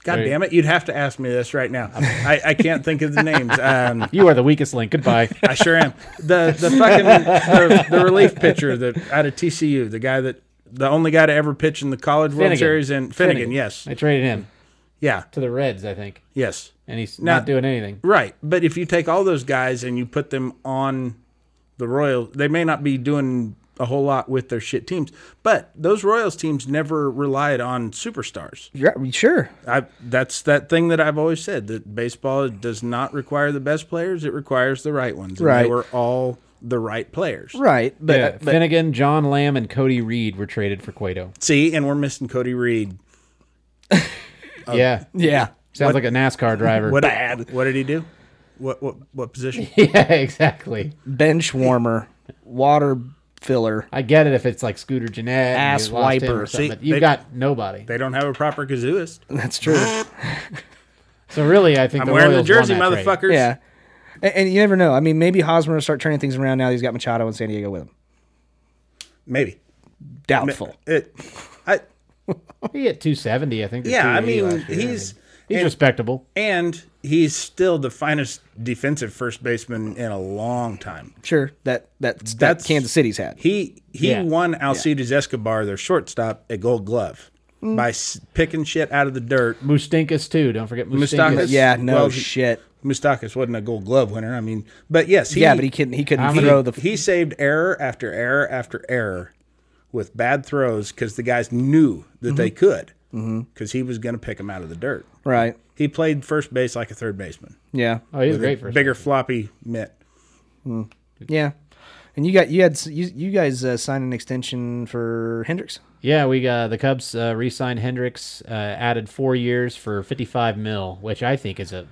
Speaker 2: God
Speaker 3: Wait.
Speaker 2: damn it! You'd have to ask me this right now. I, I can't think of the names. Um,
Speaker 3: You are the weakest link. Goodbye.
Speaker 2: I sure am. The the fucking the, the relief pitcher that out of TCU, the guy that the only guy to ever pitch in the college world
Speaker 3: Finnegan.
Speaker 2: series and Finnegan, Yes,
Speaker 3: I traded him
Speaker 2: yeah,
Speaker 3: to the Reds, I think,
Speaker 2: yes,
Speaker 3: and he's
Speaker 2: Now-
Speaker 3: not doing anything.
Speaker 2: right. But if you take all those guys and you put them on the Royals, they may not be doing a whole lot with their shit teams. But those Royals teams never relied on superstars.
Speaker 1: yeah, sure.
Speaker 2: I that's that thing that I've always said that baseball does not require the best players; it requires the right ones. And
Speaker 1: Right.
Speaker 2: they were all the right players.
Speaker 1: Right, but,
Speaker 2: uh,
Speaker 1: uh,
Speaker 3: Yeah,
Speaker 1: but
Speaker 3: Finnegan, John Lamb, and Cody Reed were traded for Cueto.
Speaker 2: See, and we're missing Cody Reed.
Speaker 3: yeah,
Speaker 1: yeah,
Speaker 3: sounds like a NASCAR driver.
Speaker 2: Oh. What What did he do? What what what position?
Speaker 3: yeah, exactly.
Speaker 1: bench warmer, water filler.
Speaker 3: I get it if it's like Scooter Jeanette, and
Speaker 1: Ass
Speaker 3: you lost him or
Speaker 1: wiper.
Speaker 3: something,
Speaker 2: See,
Speaker 3: but you've
Speaker 2: they-
Speaker 3: got nobody.
Speaker 2: they don't have a proper kazooist.
Speaker 1: That's true.
Speaker 3: So really, I think
Speaker 2: I'm
Speaker 3: the
Speaker 2: wearing the
Speaker 3: Royals
Speaker 2: jersey,
Speaker 3: won that trade.
Speaker 2: motherfuckers.
Speaker 1: yeah, and, and you never know. I mean, maybe Hosmer will start turning things around now. That he's got Machado in San Diego with him.
Speaker 2: Maybe
Speaker 1: Doubtful.
Speaker 2: it. I
Speaker 3: He hit 270, I think. or
Speaker 2: yeah. I
Speaker 3: 280
Speaker 2: mean,
Speaker 3: last year.
Speaker 2: he's
Speaker 3: he's
Speaker 2: and,
Speaker 3: respectable.
Speaker 2: and he's still the finest defensive first baseman in a long time.
Speaker 1: Sure, that that's,
Speaker 2: That's-
Speaker 1: that Kansas City's had.
Speaker 2: He he
Speaker 3: Yeah.
Speaker 2: won Alcides Escobar, their shortstop, a Gold Glove
Speaker 1: Mm.
Speaker 2: by s- picking shit out of the dirt.
Speaker 3: Mustinkus too. Don't forget
Speaker 2: Moustakas.
Speaker 3: Mustinkus.
Speaker 1: yeah, no
Speaker 2: well, he-
Speaker 1: shit.
Speaker 2: Moustakis wasn't a Gold Glove winner. I mean, but yes, he,
Speaker 1: yeah, but he couldn't. He couldn't
Speaker 3: many-
Speaker 1: throw the.
Speaker 2: he saved error after error after error with bad throws because the guys knew that they
Speaker 1: Mm-hmm.
Speaker 2: could because he was going to pick them out of the dirt.
Speaker 1: right.
Speaker 2: He played first base like a third baseman,
Speaker 1: Yeah.
Speaker 3: Oh, he's great for
Speaker 2: bigger floppy mitt.
Speaker 1: Yeah. And you got you had s- you, you guys uh, signed an extension for Hendricks.
Speaker 3: Yeah, we uh, the Cubs uh, re-signed Hendricks, uh, added four years for 55 mil, which I think is a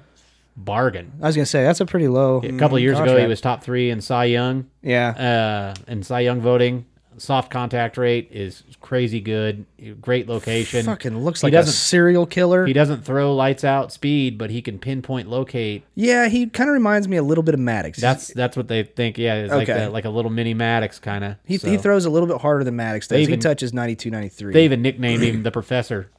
Speaker 3: bargain.
Speaker 1: I was gonna say that's a pretty low.
Speaker 3: A couple years ago,
Speaker 1: Mm,
Speaker 3: he
Speaker 1: contract.
Speaker 3: was top three in Cy Young.
Speaker 1: Yeah.
Speaker 3: Uh, and Cy Young voting, soft contact rate is crazy good. Great location.
Speaker 1: Fucking looks
Speaker 3: He
Speaker 1: like a
Speaker 3: doesn't-
Speaker 1: serial killer.
Speaker 3: He doesn't throw lights out speed, but he can pinpoint locate.
Speaker 1: yeah, he kind of reminds me a little bit of Maddox.
Speaker 3: That's that's what they think. Yeah, it's like
Speaker 1: Okay.
Speaker 3: a, like a little mini Maddox kind of.
Speaker 1: he, he throws a little bit harder than Maddox does. he
Speaker 3: even-
Speaker 1: touches 92, 93.
Speaker 3: They even nicknamed him the Professor.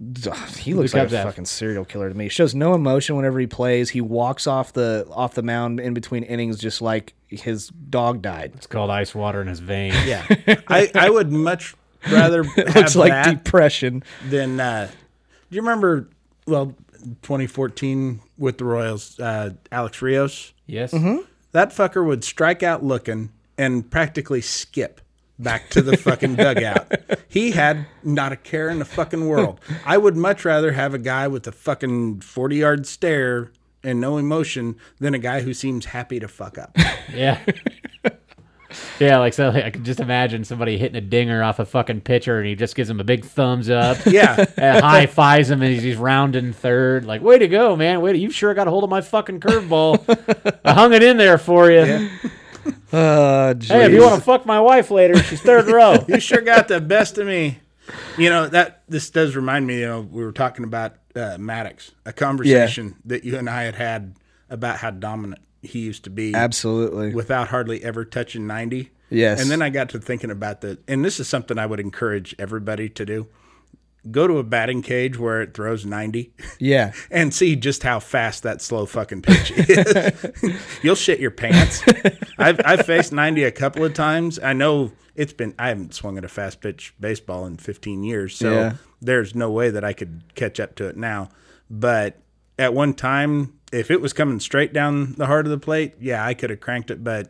Speaker 1: Ugh, he looks like
Speaker 3: Cubs
Speaker 1: a
Speaker 3: have.
Speaker 1: fucking serial killer to me. Shows no emotion whenever he plays. He walks off the off the mound in between innings just like his dog died.
Speaker 3: It's called ice water in his veins.
Speaker 2: Yeah, I, I would much rather have
Speaker 1: Looks like
Speaker 2: that
Speaker 1: depression.
Speaker 2: than. Uh, do you remember? Well, 2014 with the Royals, uh, Alex Rios.
Speaker 3: Yes.
Speaker 1: Mm-hmm.
Speaker 2: That fucker would strike out looking and practically skip back to the fucking dugout. He had not a care in the fucking world. I would much rather have a guy with a fucking 40 yard stare and no emotion than a guy who seems happy to fuck up.
Speaker 3: Yeah. yeah, like so like, I could just imagine somebody hitting a dinger off a fucking pitcher and he just gives him a big thumbs up.
Speaker 2: Yeah.
Speaker 3: And high fives him and he's, he's rounding third. Like, way to go, man. Way to, you sure got a hold of my fucking curveball. I hung it in there for you.
Speaker 1: Uh,
Speaker 3: Hey, if you want to fuck my wife later, she's third row.
Speaker 2: You sure got the best of me. You know, that this does remind me, you know, we were talking about uh, Maddox, a conversation that you and I had had about how dominant he used to be.
Speaker 1: absolutely.
Speaker 2: without hardly ever touching 90.
Speaker 1: Yes.
Speaker 2: And then I got to thinking about that. And this is something I would encourage everybody to do go to a batting cage where it throws 90
Speaker 1: yeah.
Speaker 2: and see just how fast that slow fucking pitch is. You'll shit your pants. I've, I've faced 90 a couple of times. I know it's been, I haven't swung at a fast pitch baseball in 15 years. So
Speaker 1: Yeah.
Speaker 2: there's no way that I could catch up to it now. But at one time, if it was coming straight down the heart of the plate, yeah, I could have cranked it. But,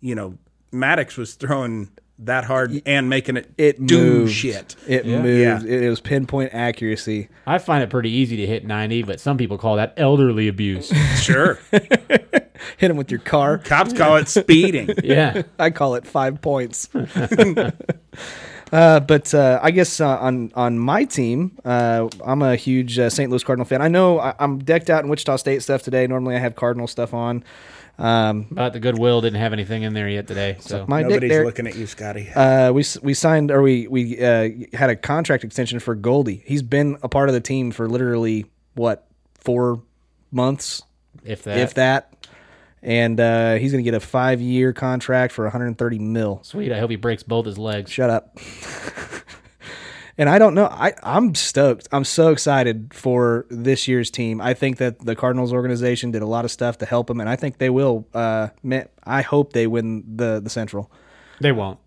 Speaker 2: you know, Maddox was throwing that hard and making it,
Speaker 1: it
Speaker 2: do
Speaker 1: moved.
Speaker 2: shit.
Speaker 1: It moved. It, it was pinpoint accuracy.
Speaker 3: I find it pretty easy to hit 90, but some people call that elderly abuse.
Speaker 2: Sure.
Speaker 1: hit him with your car.
Speaker 2: Cops call it speeding.
Speaker 3: Yeah.
Speaker 1: I call it five points. uh, but uh, I guess uh, on on my team, uh, I'm a huge uh, St. Louis Cardinal fan. I know I, I'm decked out in Wichita State stuff today. Normally, I have Cardinal stuff on. Um,
Speaker 3: But the Goodwill didn't have anything in there yet today. So
Speaker 1: my dick
Speaker 2: Nobody's
Speaker 1: there.
Speaker 2: looking at you, Scotty.
Speaker 1: Uh, we s- we signed or we we uh, had a contract extension for Goldie. He's been a part of the team for literally what four months,
Speaker 3: if that,
Speaker 1: if that, and uh, he's going to get a five year contract for 130 mil.
Speaker 3: sweet, I hope he breaks both his legs.
Speaker 1: Shut up. and I don't know. I, I'm stoked. I'm so excited for this year's team. I think that the Cardinals organization did a lot of stuff to help them, and I think they will. Uh, man, I hope they win the the Central.
Speaker 3: They won't.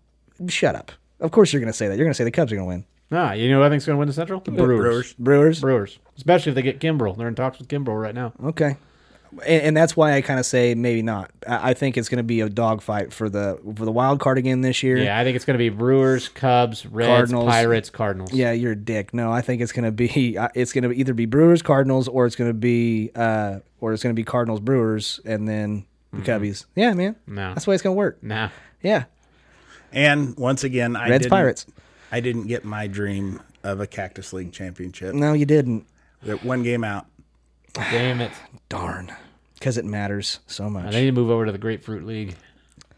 Speaker 1: Shut up. Of course you're going to say that. You're going to say the Cubs are going to win.
Speaker 3: Ah, you know who I think's going to win the Central? The Brewers. Brewers.
Speaker 1: Brewers.
Speaker 3: Especially if they get Kimbrel. They're in talks with Kimbrel right now.
Speaker 1: Okay. And, and that's why I kind of say maybe not. I, I think it's going to be a dogfight for the for the wild card again this year.
Speaker 3: Yeah, I think it's going to be Brewers, Cubs, Reds,
Speaker 1: Cardinals.
Speaker 3: Pirates, Cardinals.
Speaker 1: Yeah, you're a dick. No, I think it's gonna be I- it's gonna either be Brewers Cardinals or it's gonna be uh or it's gonna be Cardinals Brewers and then the Cubbies. Yeah, man.
Speaker 3: Mm-hmm. No.
Speaker 1: that's the way it's gonna work.
Speaker 3: Nah.
Speaker 1: Yeah,
Speaker 2: and once again, I
Speaker 1: Reds
Speaker 2: didn't,
Speaker 1: Pirates.
Speaker 2: I didn't get my dream of a Cactus League championship.
Speaker 1: No, you didn't.
Speaker 2: That one game out.
Speaker 3: Damn it.
Speaker 1: Darn, because it matters so
Speaker 3: I
Speaker 1: much.
Speaker 3: need to move over to the Grapefruit League.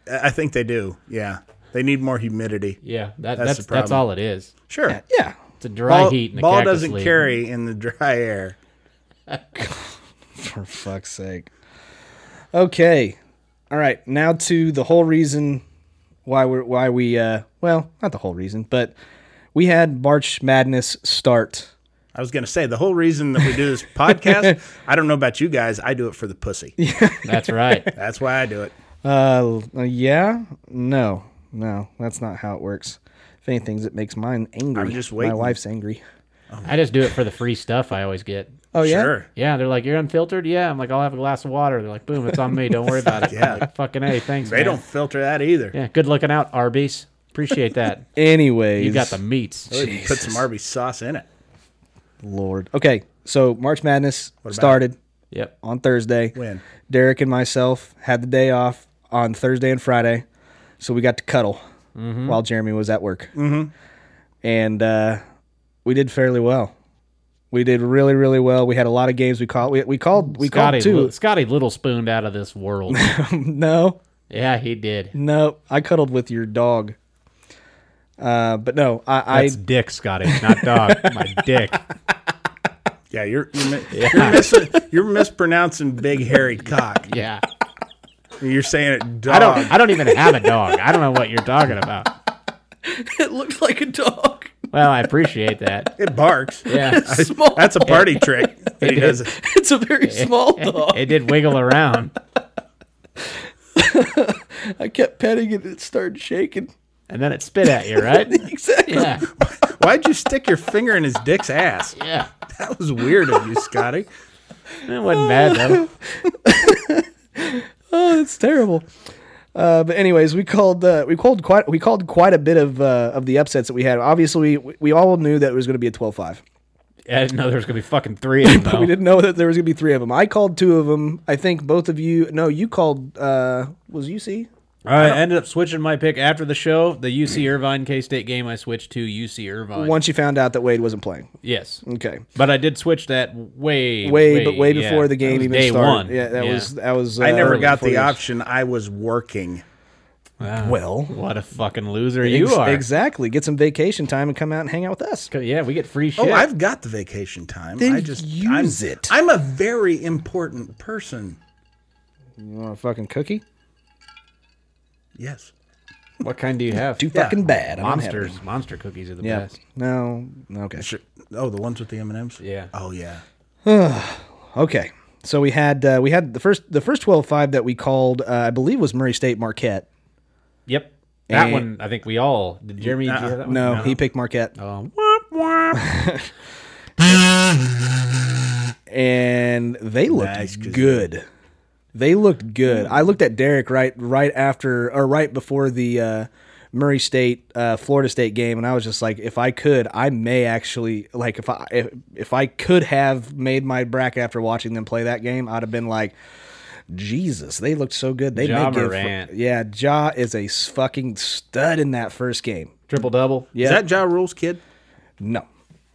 Speaker 2: I I think they do. Yeah, they need more humidity.
Speaker 3: Yeah,
Speaker 2: That's
Speaker 3: that, that's
Speaker 2: the
Speaker 3: that's,
Speaker 2: problem.
Speaker 3: all it is.
Speaker 2: Sure.
Speaker 1: yeah,
Speaker 3: It's a dry
Speaker 2: Ball,
Speaker 3: heat. In the
Speaker 2: ball
Speaker 3: Cactus
Speaker 2: doesn't
Speaker 3: League.
Speaker 2: carry in the dry air.
Speaker 1: for fuck's sake. Okay, all right. Now to the whole reason why we're why we uh well not the whole reason but we had March Madness start.
Speaker 2: I was going to say the whole reason that we do this podcast. I don't know about you guys. I do it for the pussy.
Speaker 3: That's right.
Speaker 2: That's why I do it.
Speaker 1: Uh, l- yeah, no, no, that's not how it works. If anything, it makes mine angry.
Speaker 2: I'm just waiting.
Speaker 1: My wife's angry.
Speaker 3: I just do it for the free stuff I always get.
Speaker 1: Oh yeah,
Speaker 2: Sure.
Speaker 3: Yeah, they're like, you're unfiltered? Yeah. I'm like, I'll have a glass of water. They're like, boom, it's on me. Don't worry about it.
Speaker 2: Yeah.
Speaker 3: I'm like, Fucking A, thanks.
Speaker 2: They
Speaker 3: man."
Speaker 2: don't filter that either.
Speaker 3: Yeah, good looking out, Arby's. Appreciate that.
Speaker 1: Anyways,
Speaker 3: you got the meats.
Speaker 2: They would Put some Arby's sauce in it.
Speaker 1: Lord. Okay, so March Madness
Speaker 2: about
Speaker 1: started
Speaker 3: Yep.
Speaker 1: on Thursday.
Speaker 2: When?
Speaker 1: Derek and myself had the day off on Thursday and Friday, so we got to cuddle
Speaker 3: Mm-hmm.
Speaker 1: while Jeremy was at work, mm-hmm. and uh, we did fairly well. We did really, really well. We had a lot of games. We called. We, we called. We
Speaker 3: Scotty,
Speaker 1: called two.
Speaker 3: Li- Scotty Little spooned out of this world.
Speaker 1: no,
Speaker 3: yeah, he did.
Speaker 1: No, I cuddled with your dog. Uh, but no, I, I
Speaker 3: That's dick, Scotty, not dog. My dick.
Speaker 2: Yeah, you're you're, mi- you're, mis- you're mispronouncing big hairy cock.
Speaker 3: Yeah.
Speaker 2: You're saying it dog.
Speaker 3: I don't I don't even have a dog. I don't know what you're talking about.
Speaker 1: it looked like a dog.
Speaker 3: Well, I appreciate that.
Speaker 2: It barks.
Speaker 3: Yeah.
Speaker 1: Small.
Speaker 2: That's a party trick. That he does.
Speaker 1: It's a very small dog.
Speaker 3: It did wiggle around.
Speaker 1: I kept petting it and it started shaking.
Speaker 3: And then it spit at you, right?
Speaker 1: Exactly.
Speaker 3: Yeah.
Speaker 2: Why'd you stick your finger in his dick's ass?
Speaker 3: Yeah.
Speaker 2: That was weird of you, Scotty.
Speaker 3: It wasn't bad though.
Speaker 1: Oh, it's terrible. Uh, but anyways, we called uh, we called quite we called quite a bit of uh, of the upsets that we had. Obviously, we, we all knew that it was going to be a 12-5.
Speaker 3: I didn't know there was gonna be fucking three of
Speaker 1: We
Speaker 3: them. Though.
Speaker 1: didn't know that there was going to be three of them. I called two of them. I think both of you. No, you called. Uh, was UC?
Speaker 3: I ended up switching my pick after the show. The UC Irvine K State game I switched to UC Irvine.
Speaker 1: Once you found out that Wade wasn't playing.
Speaker 3: Yes.
Speaker 1: Okay.
Speaker 3: But I did switch that way,
Speaker 1: way, but way
Speaker 3: yeah.
Speaker 1: before the game
Speaker 3: That was
Speaker 1: even
Speaker 3: day
Speaker 1: started.
Speaker 3: One.
Speaker 1: Yeah, that was that was.
Speaker 2: I
Speaker 1: uh,
Speaker 2: never
Speaker 1: early
Speaker 2: got
Speaker 1: before
Speaker 2: the
Speaker 1: this.
Speaker 2: option. I was working.
Speaker 1: Well,
Speaker 3: What a fucking loser you
Speaker 1: ex-
Speaker 3: are.
Speaker 1: exactly. Get some vacation time and come out and hang out with us.
Speaker 3: Yeah, we get free shit.
Speaker 2: Oh, I've got the vacation time.
Speaker 1: Then
Speaker 2: I just
Speaker 1: use
Speaker 2: I'm,
Speaker 1: it.
Speaker 2: I'm a very important person.
Speaker 1: You want a fucking cookie?
Speaker 2: Yes.
Speaker 3: what kind do you have?
Speaker 1: Too fucking bad. I'm unhappy.
Speaker 3: Monsters. Monster cookies are the
Speaker 1: Yeah.
Speaker 3: best.
Speaker 1: No. Okay.
Speaker 2: Sure. Oh, the ones with the M and M's.
Speaker 3: Yeah.
Speaker 2: Oh yeah.
Speaker 1: Okay. So we had uh, we had the first the first 12-5 that we called uh, I believe was Murray State Marquette.
Speaker 3: Yep. That
Speaker 1: And-
Speaker 3: one, I think we all. Did Jeremy did you have that one?
Speaker 1: No, he picked Marquette.
Speaker 3: Um, womp womp.
Speaker 1: and they looked
Speaker 2: Nice, 'cause-
Speaker 1: good. They looked good. I looked at Derek right right after or right before the uh, Murray State uh, Florida State game, and I was just like, if I could, I may actually like if I if, if I could have made my bracket after watching them play that game, I'd have been like, Jesus, they looked so good. They
Speaker 3: Ja
Speaker 1: may give-
Speaker 3: Morant.
Speaker 1: yeah, Ja is a s- fucking stud in that first game.
Speaker 3: Triple double.
Speaker 1: Yeah.
Speaker 2: Is that Ja Rule's kid?
Speaker 1: No.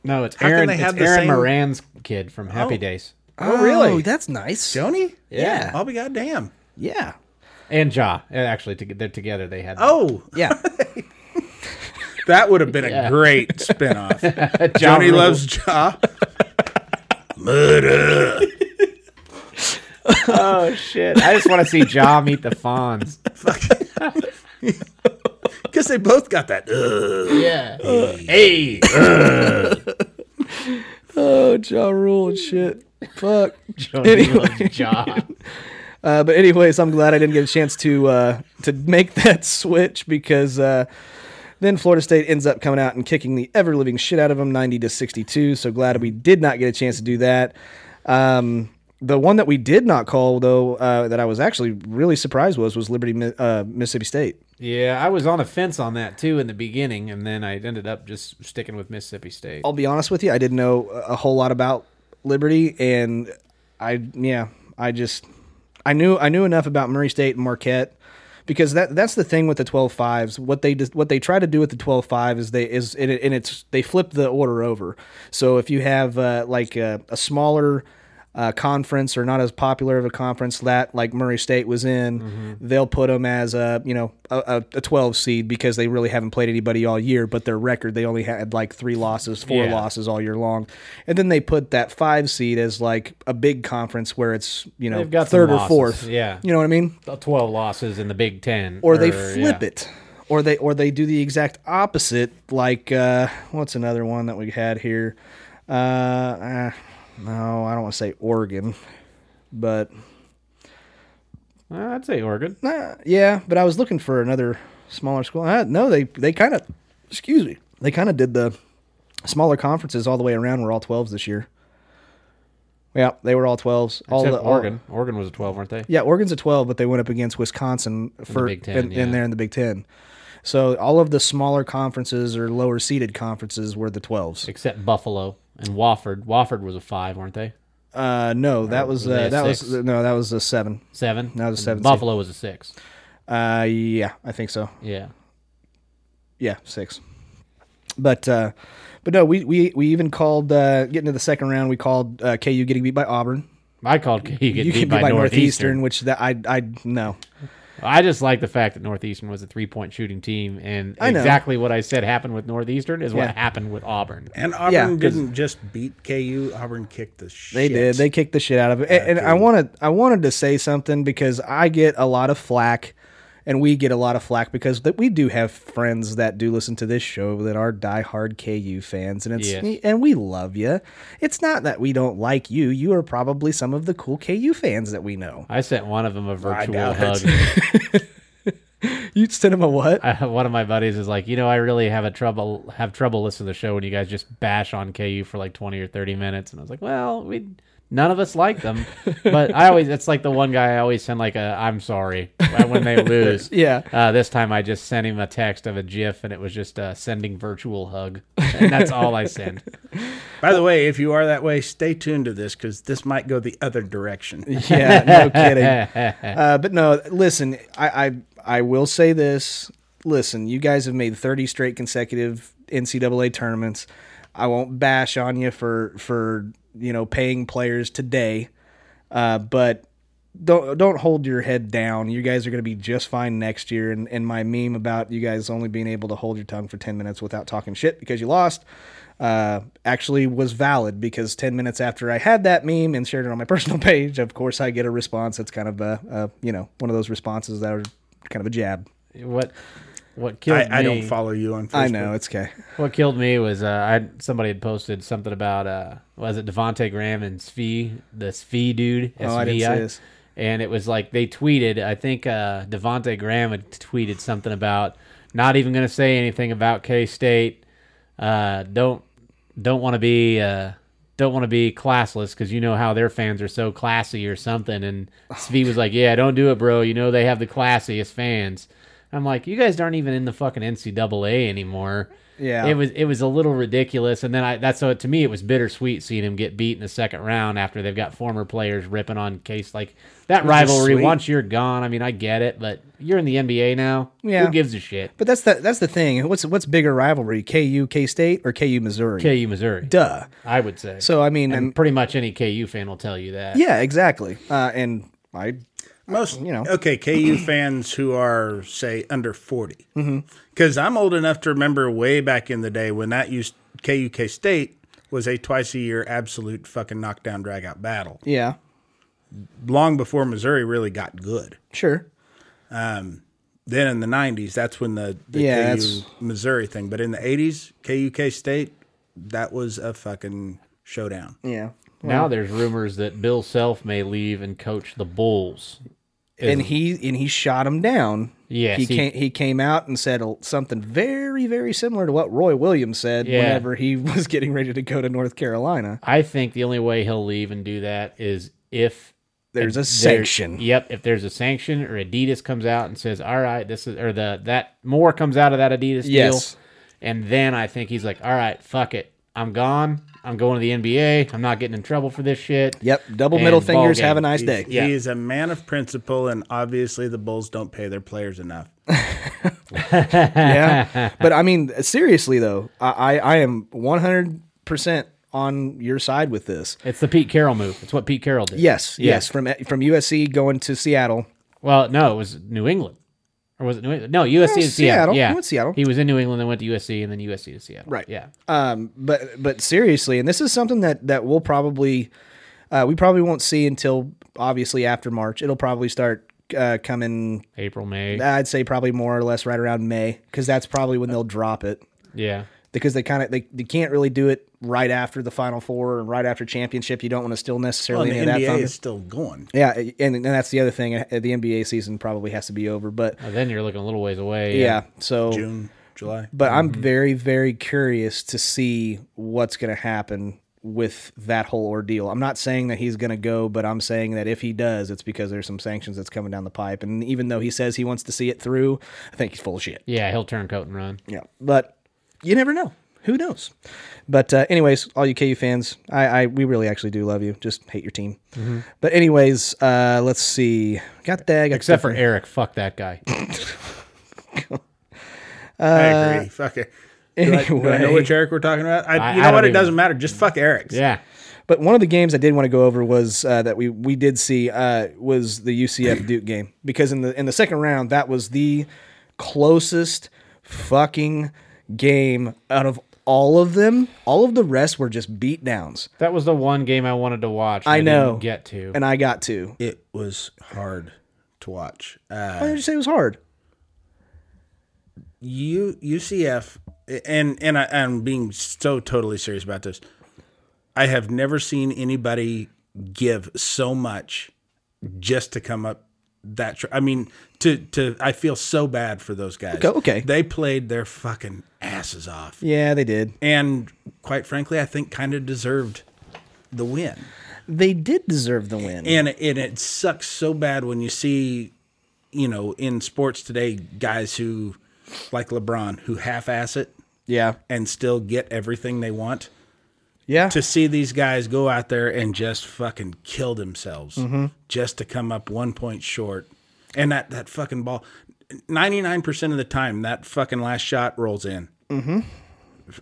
Speaker 3: No, it's
Speaker 2: can
Speaker 3: Aaron.
Speaker 2: they have
Speaker 3: it's
Speaker 2: the
Speaker 3: Aaron
Speaker 2: same-
Speaker 3: Moran's kid from Happy Days
Speaker 1: Oh, really? That's nice.
Speaker 2: Tony?
Speaker 1: Yeah.
Speaker 2: I'll be goddamn.
Speaker 1: Yeah.
Speaker 3: and Ja. Uh, Actually, to, they're together. They had
Speaker 2: Oh,
Speaker 1: Yeah.
Speaker 2: that would have been a great spinoff. Johnny
Speaker 3: Rule.
Speaker 2: loves Ja.
Speaker 3: Oh shit! I just want to see Ja meet the Fonz.
Speaker 2: Because they both got that. Ugh.
Speaker 3: Yeah. Hey.
Speaker 1: oh, Ja Rule and shit. Fuck.
Speaker 3: Johnny loves Ja.
Speaker 1: Uh, but anyways, I'm glad I didn't get a chance to uh, to make that switch because uh, then Florida State ends up coming out and kicking the ever living shit out of them, 90 to 62. So glad we did not get a chance to do that. Um, the one that we did not call though, uh, that I was actually really surprised was was Liberty, Mi- uh, Mississippi State.
Speaker 3: Yeah, I was on a fence on that too in the beginning, and then I ended up just sticking with Mississippi State.
Speaker 1: I'll be honest with you, I didn't know a a whole lot about Liberty, and I yeah, I just I knew I knew enough about Murray State and Marquette because that that's the thing with the 12 fives. What they just, what they try to do with the 12 five is they is and, it, and it's they flip the order over. So if you have uh, like a, a smaller uh, conference or not as popular of a conference that like Murray State was in, they'll put them as a you know a, a, a 12 seed because they really haven't played anybody all year, but their record they only had like three losses, four
Speaker 3: Yeah.
Speaker 1: losses all year long, and then they put that five seed as like a big conference where it's you know
Speaker 3: They've got
Speaker 1: third
Speaker 3: some
Speaker 1: or fourth,
Speaker 3: losses, yeah.
Speaker 1: you know what I mean,
Speaker 3: Twelve losses in the Big Ten,
Speaker 1: or they
Speaker 3: yeah.
Speaker 1: flip it. Or they or they do the exact opposite, like uh, what's another one that we had here? Uh, uh, no, I don't want to say Oregon, but
Speaker 3: Uh, I'd say Oregon.
Speaker 1: Uh, yeah, but I was looking for another smaller school. Uh, no, they they kind of, excuse me, they kind of did the smaller conferences all the way around. Were all twelves this year. Yeah, they were all twelves. All the
Speaker 3: Except
Speaker 1: all-
Speaker 3: Oregon. Oregon was a twelve, weren't they?
Speaker 1: yeah, Oregon's a twelve, but they went up against Wisconsin for
Speaker 3: Big
Speaker 1: in,
Speaker 3: Ten,
Speaker 1: in,
Speaker 3: yeah.
Speaker 1: there in the Big Ten. So all of the smaller conferences or lower seeded conferences were the twelves.
Speaker 3: Except Buffalo and Wofford. Wofford was a five, weren't they?
Speaker 1: Uh, no, that was
Speaker 3: were they
Speaker 1: uh,
Speaker 3: a
Speaker 1: that was
Speaker 3: six?
Speaker 1: no, that was a seven.
Speaker 3: Seven.
Speaker 1: No, it was a
Speaker 3: And
Speaker 1: seven seed.
Speaker 3: Buffalo was a six.
Speaker 1: Uh, yeah, I think so.
Speaker 3: Yeah.
Speaker 1: yeah, six. But uh, but no, we we we even called uh, getting to the second round. We called uh, KU getting beat by Auburn.
Speaker 3: I called KU get
Speaker 1: you
Speaker 3: beat
Speaker 1: get
Speaker 3: by, Northeastern.
Speaker 1: which that I I no.
Speaker 3: I just like the fact that Northeastern was a three-point shooting team, and
Speaker 1: know.
Speaker 3: exactly what I said happened with Northeastern is
Speaker 1: Yeah.
Speaker 3: what happened with Auburn.
Speaker 2: And Auburn
Speaker 1: Yeah, 'cause-
Speaker 2: didn't just beat KU. Auburn kicked the shit.
Speaker 1: They did. They kicked the shit out of it. And, and I wanted I wanted to say something because I get a lot of flack, and we get a lot of flack because that we do have friends that do listen to this show that are diehard KU fans, and it's
Speaker 3: Yes.
Speaker 1: and we love you. It's not that we don't like you. You are probably some of the cool KU fans that we know.
Speaker 3: I sent one of them a virtual
Speaker 2: doubt
Speaker 3: hug.
Speaker 2: it.
Speaker 1: You send them a what?
Speaker 3: I, one of my buddies is like, you know, I really have a trouble have trouble listening to the show when you guys just bash on KU for like twenty or thirty minutes, and I was like, well, we none of us like them, but I always it's like the one guy I always send like a I'm sorry uh, when they lose.
Speaker 1: Yeah.
Speaker 3: Uh, this time I just sent him a text of a GIF, and it was just uh, sending virtual hug, and that's all I send.
Speaker 2: By the way, if you are that way, stay tuned to this because this might go the other direction.
Speaker 1: yeah, no kidding. Uh, but no, listen, I, I I will say this. Listen, you guys have made 30 straight consecutive NCAA tournaments. I won't bash on you for for you know paying players today, uh, but don't don't hold your head down. You guys are going to be just fine next year. And and my meme about you guys only being able to hold your tongue for 10 minutes without talking shit because you lost uh, actually was valid because 10 minutes after I had that meme and shared it on my personal page, of course, I get a response that's kind of a, a you know, one of those responses that are kind of a jab.
Speaker 3: What what killed
Speaker 2: I, I
Speaker 3: me?
Speaker 2: don't follow you on Facebook.
Speaker 1: I know, it's okay.
Speaker 3: What killed me was uh, I somebody had posted something about uh, was it Devonte Graham and Svi the Svi dude
Speaker 1: Oh, I didn't see
Speaker 3: SVI?
Speaker 1: this.
Speaker 3: and it was like they tweeted I think uh, Devonte Graham had tweeted something about not even going to say anything about K State uh, don't don't want to be uh, don't want to be classless because you know how their fans are so classy or something. And Svi was like, "Yeah, don't do it, bro. You know they have the classiest fans." I'm like, you guys aren't even in the fucking NCAA anymore.
Speaker 1: Yeah.
Speaker 3: it was it was a little ridiculous, and then I that's so to me it was bittersweet seeing him get beat in the second round after they've got former players ripping on case like that rivalry.
Speaker 2: sweet.
Speaker 3: Once you're gone, I mean, I get it, but you're in the NBA now.
Speaker 1: Yeah.
Speaker 3: who gives a shit?
Speaker 1: But that's the that's the thing. What's what's bigger rivalry, KU K State or KU Missouri?
Speaker 3: KU Missouri,
Speaker 1: Duh.
Speaker 3: I would say.
Speaker 1: So I mean,
Speaker 3: and
Speaker 1: and,
Speaker 3: pretty much any KU fan will tell you that.
Speaker 1: yeah, exactly. Uh, and I
Speaker 2: Most, you
Speaker 1: know.
Speaker 2: know, okay, KU fans who are say under forty,
Speaker 1: Mm-hmm.
Speaker 2: because I'm old enough to remember way back in the day when that used KU K State was a twice a year absolute fucking knockdown drag out battle.
Speaker 1: yeah,
Speaker 2: Long before Missouri really got good.
Speaker 1: sure.
Speaker 2: Then in the '90s, that's when the, the
Speaker 1: Yeah,
Speaker 2: KU
Speaker 1: that's-
Speaker 2: Missouri thing. But in the '80s, KU K State, that was a fucking showdown.
Speaker 1: Yeah.
Speaker 3: Now there's rumors that Bill Self may leave and coach the Bulls.
Speaker 1: and he and he shot him down.
Speaker 3: Yes,
Speaker 1: he,
Speaker 3: he-
Speaker 1: came he came out and said a- something very very similar to what Roy Williams said
Speaker 3: Yeah.
Speaker 1: whenever he was getting ready to go to North Carolina.
Speaker 3: I think the only way he'll leave and do that is if
Speaker 1: There's a
Speaker 3: there-
Speaker 1: sanction.
Speaker 3: Yep, if there's a sanction or Adidas comes out and says, "All right, this is," or the that more comes out of that Adidas
Speaker 1: Yes.
Speaker 3: deal, and then I think he's like, "All right, fuck it, I'm gone. I'm going to the NBA. I'm not getting in trouble for this shit."
Speaker 1: Yep, double
Speaker 3: And
Speaker 1: middle
Speaker 3: ball
Speaker 1: fingers.
Speaker 3: game.
Speaker 1: Have a nice
Speaker 2: He's-
Speaker 1: day.
Speaker 3: Yeah.
Speaker 2: He is a man of principle, and obviously the Bulls don't pay their players enough.
Speaker 1: yeah. But I mean, seriously though, I I, I am 100 percent on your side with this.
Speaker 3: It's the Pete Carroll move. It's what Pete Carroll did.
Speaker 1: Yes,
Speaker 3: Yeah.
Speaker 1: yes, from from USC going to Seattle.
Speaker 3: Well, no, it was New England, or was it New England? No, USC
Speaker 1: No,
Speaker 3: to Seattle.
Speaker 1: Seattle.
Speaker 3: Yeah,
Speaker 1: He went to Seattle.
Speaker 3: He was in New England, then went to USC, and then USC to Seattle.
Speaker 1: Right.
Speaker 3: Yeah.
Speaker 1: Um, but but seriously, and this is something that that we'll probably uh, we probably won't see until obviously after March. It'll probably start uh, coming.
Speaker 3: April, May.
Speaker 1: I'd say probably more or less right around May because that's probably when they'll drop it
Speaker 3: yeah.
Speaker 1: because they kind of they, they can't really do it right after the Final Four and right after championship. You don't want to still
Speaker 2: Well,
Speaker 1: necessarily
Speaker 2: and
Speaker 1: any
Speaker 2: the
Speaker 1: of that
Speaker 2: NBA
Speaker 1: thunder.
Speaker 2: is still going.
Speaker 1: Yeah, and, and that's the other thing. uh, The NBA season probably has to be over, but
Speaker 3: Well, Oh, then you're looking a little ways away.
Speaker 1: yeah. so,
Speaker 2: June, July.
Speaker 1: but I'm
Speaker 3: Mm-hmm.
Speaker 1: very, very curious to see what's going to happen with that whole ordeal. I'm not saying that he's going to go, but I'm saying that if he does, it's because there's some sanctions that's coming down the pipe. And even though he says he wants to see it through, I think he's full of shit.
Speaker 3: Yeah, he'll turn coat and run.
Speaker 1: Yeah, but you never know. Who knows? But uh, anyways, all you KU fans, I, I we really actually do love you. Just hate your team.
Speaker 3: Mm-hmm.
Speaker 1: But anyways, uh, let's see. Got that? Got
Speaker 3: Except for
Speaker 1: different-
Speaker 3: Eric. Fuck that guy.
Speaker 2: I agree. Fuck it. Do I, do I know
Speaker 1: Uh, anyway.
Speaker 2: which Eric we're talking about? I,
Speaker 3: I-
Speaker 2: you
Speaker 3: I
Speaker 2: know what?
Speaker 3: don't
Speaker 2: It doesn't
Speaker 3: even-
Speaker 2: matter. Just fuck Eric's.
Speaker 3: yeah.
Speaker 1: But one of the games I did want to go over was uh, that we we did see uh, was the UCF Duke game because in the in the second round that was the closest fucking game out of all of them. All of the rest were just beat downs,
Speaker 3: That was the one game I wanted to watch. and
Speaker 1: I know.
Speaker 3: Didn't get to.
Speaker 1: and I got two.
Speaker 2: It was hard to watch.
Speaker 1: Why
Speaker 2: Uh,
Speaker 1: did you say it was hard?
Speaker 2: U, UCF, and and I, I'm being so totally serious about this. I have never seen anybody give so much just to come up that. Tr- I mean, to to I feel so bad for those guys.
Speaker 1: Okay, okay.
Speaker 2: they played their fucking asses off,
Speaker 1: Yeah, they did.
Speaker 2: and quite frankly, I think kind of deserved the win.
Speaker 1: They did deserve the win.
Speaker 2: and and it sucks so bad when you see you know in sports today guys who like lebron who half-ass it
Speaker 1: yeah,
Speaker 2: and still get everything they want
Speaker 1: yeah.
Speaker 2: to see these guys go out there and just fucking kill themselves just to come up one point short and that that fucking ball 99% of the time that fucking last shot rolls in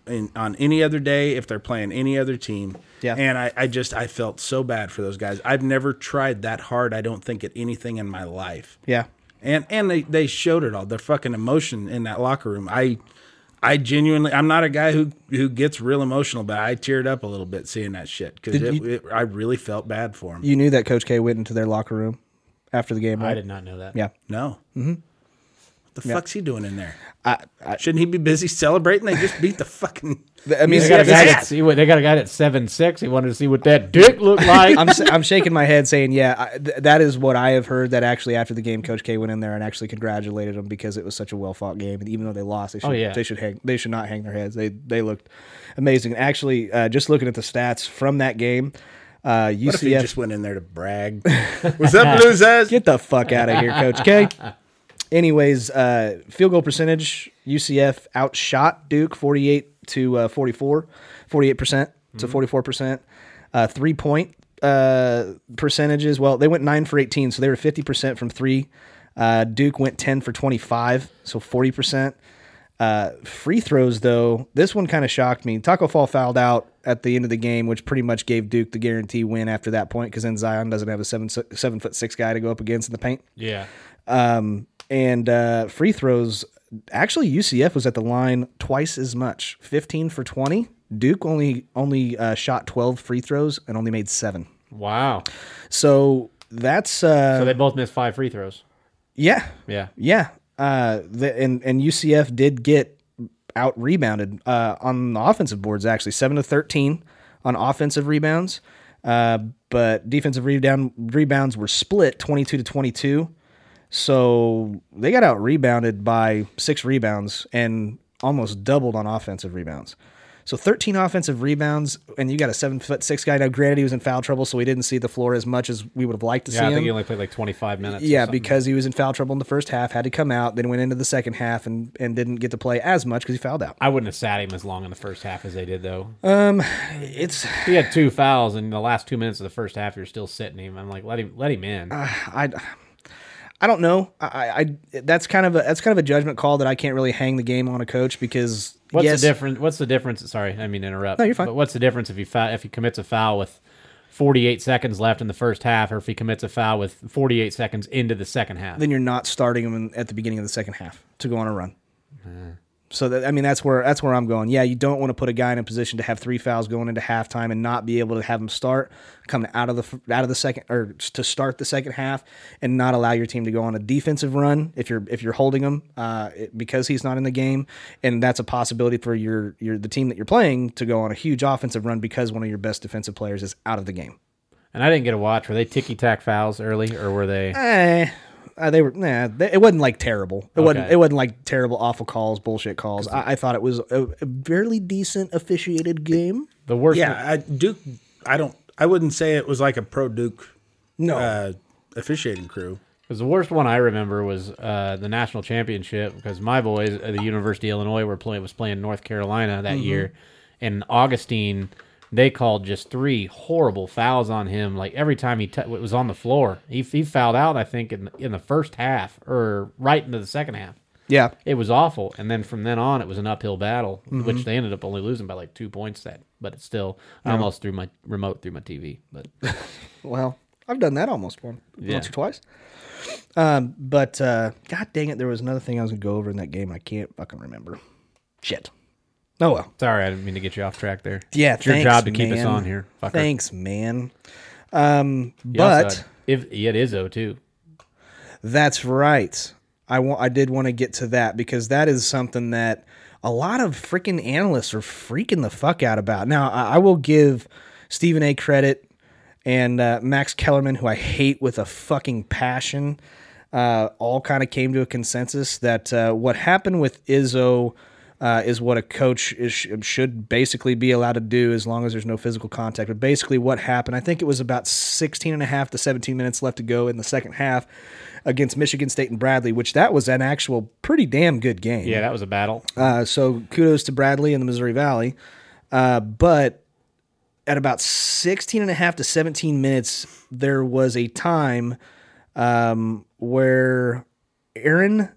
Speaker 2: in, on any other day if they're playing any other team.
Speaker 1: Yeah.
Speaker 2: And I, I just I felt so bad for those guys. I've never tried that hard, I don't think, at anything in my life.
Speaker 1: yeah,
Speaker 2: And and they, they showed it all. Their fucking emotion in that locker room. I I genuinely I'm not a guy who who gets real emotional, but I teared up a little bit seeing that shit because it, it, I really felt bad for him.
Speaker 1: you knew that Coach K went into their locker room after the game. Right?
Speaker 3: I did not know that.
Speaker 1: Yeah,
Speaker 2: no. Mm-hmm. What the fuck's he doing in there? Shouldn't he be busy celebrating? They just beat the fucking.
Speaker 1: Th- I mean,
Speaker 3: They got, a
Speaker 1: it's-
Speaker 3: guy
Speaker 2: Yeah.
Speaker 3: that, see what, they got a guy at seven six. He wanted to see what that dick looked like.
Speaker 1: I'm, s- I'm shaking my head saying, yeah, I, th- that is what I have heard. That actually, after the game, Coach K went in there and actually congratulated them because it was such a well fought game. And even though they lost, they should,
Speaker 3: yeah.
Speaker 1: they should hang, they should not hang their heads. They they looked amazing. And actually, uh, just looking at the stats from that game, uh,
Speaker 2: What if he
Speaker 1: UCF
Speaker 2: just went in there to brag? What's up, losers?
Speaker 1: Get the fuck out of here, Coach K. Anyways, uh, field goal percentage, UCF outshot Duke 48 to uh, 44, 48% to 44%. Uh, three point uh, percentages, well, they went 9 for 18, so they were 50% from three. Uh, Duke went 10 for 25, so 40%. Uh, free throws, though, this one kind of shocked me. Taco Fall fouled out at the end of the game, which pretty much gave Duke the guarantee win after that point because then Zion doesn't have a seven seven foot six guy to go up against in the paint.
Speaker 3: Yeah.
Speaker 1: Um, and uh, free throws, actually, UCF was at the line twice as much, fifteen for twenty. Duke only only uh, shot twelve free throws and only made seven.
Speaker 3: Wow.
Speaker 1: So that's uh,
Speaker 3: So they both missed five free throws.
Speaker 1: yeah,
Speaker 3: Yeah.
Speaker 1: yeah. Uh, the, and and UCF did get out rebounded uh, on the offensive boards actually seven to thirteen on offensive rebounds, uh, but defensive rebound rebounds were split twenty two to twenty two, so they got out rebounded by six rebounds and almost doubled on offensive rebounds. So 13 offensive rebounds, and you got a seven foot six guy. Now, granted, he was in foul trouble, so we didn't see the floor as much as we would have liked to see
Speaker 3: Yeah, I
Speaker 1: him.
Speaker 3: think he only played like 25 minutes. or
Speaker 1: Yeah,
Speaker 3: something.
Speaker 1: because he was in foul trouble in the first half, had to come out, then went into the second half and, and didn't get to play as much because he fouled out.
Speaker 3: I wouldn't have sat him as long in the first half as they did, though.
Speaker 1: It's
Speaker 3: he had two fouls in the last two minutes of the first half. You're still sitting him. I'm like, let him, let him in.
Speaker 1: I, I don't know. I, I I- that's kind of a that's kind of a judgment call that I can't really hang the game on a coach because
Speaker 3: What's
Speaker 1: yes,
Speaker 3: the difference? What's the difference? Sorry, I didn't mean to interrupt.
Speaker 1: No, you're fine.
Speaker 3: But what's the difference if he fou- if he commits a foul with 48 seconds left in the first half, or if he commits a foul with 48 seconds into the second half?
Speaker 1: then you're not starting him in, at the beginning of the second half to go on a run. So that I mean that's where that's where I'm going. Yeah, you don't want to put a guy in a position to have three fouls going into halftime and not be able to have him start coming out of the f- out of the second or to start the second half and not allow your team to go on a defensive run if you're if you're holding him uh, it- because he's not in the game and that's a possibility for your your the team that you're playing to go on a huge offensive run because one of your best defensive players is out of the game.
Speaker 3: and I didn't get a watch. Were they ticky tack fouls early, or were they?
Speaker 1: Eh, uh, they were nah. They, it wasn't like terrible. It wasn't.
Speaker 3: Okay.
Speaker 1: It wasn't like terrible, awful calls, bullshit calls. I, I thought it was a, a fairly decent officiated game.
Speaker 3: The worst.
Speaker 2: Yeah, I, Duke. I don't. I wouldn't say it was like a pro Duke
Speaker 1: No,
Speaker 2: uh, officiating crew.
Speaker 3: Because the worst one I remember was uh, the national championship because my boys at the University of Illinois were playing was playing North Carolina
Speaker 1: Mm-hmm.
Speaker 3: that year, and Augustine they called just three horrible fouls on him. Like every time he t- was on the floor, he, he fouled out. I think in in the first half or right into the second half,
Speaker 1: yeah,
Speaker 3: it was awful. And then from then on, it was an uphill battle,
Speaker 1: Mm-hmm.
Speaker 3: which they ended up only losing by like two points. That, but it's still I almost threw my remote through my TV. But
Speaker 1: Well, I've done that almost one,
Speaker 3: Yeah.
Speaker 1: once or twice. Um, but uh, god dang it, there was another thing I was gonna go over in that game. I can't fucking remember. Shit. Oh well.
Speaker 3: sorry, I didn't mean to get you off track there.
Speaker 1: Yeah,
Speaker 3: it's your
Speaker 1: thanks,
Speaker 3: job to keep us
Speaker 1: man.
Speaker 3: on here. Fucker.
Speaker 1: Thanks, man. Um,
Speaker 3: He also
Speaker 1: but.
Speaker 3: had- if yeah, it is O too.
Speaker 1: That's right. I want. I did want to get to that because that is something that a lot of freaking analysts are freaking the fuck out about. Now, I, I will give Stephen A. credit and uh, Max Kellerman, who I hate with a fucking passion, uh, all kind of came to a consensus that uh, what happened with Izzo. Uh, is what a coach is, should basically be allowed to do as long as there's no physical contact. But basically, what happened, I think it was about 16 and a half to 17 minutes left to go in the second half against Michigan State and Bradley, which that was an actual pretty damn good game.
Speaker 3: Yeah, that was a battle.
Speaker 1: Uh, so kudos to Bradley and the Missouri Valley. Uh, but at about 16 and a half to 17 minutes, there was a time um, where Aaron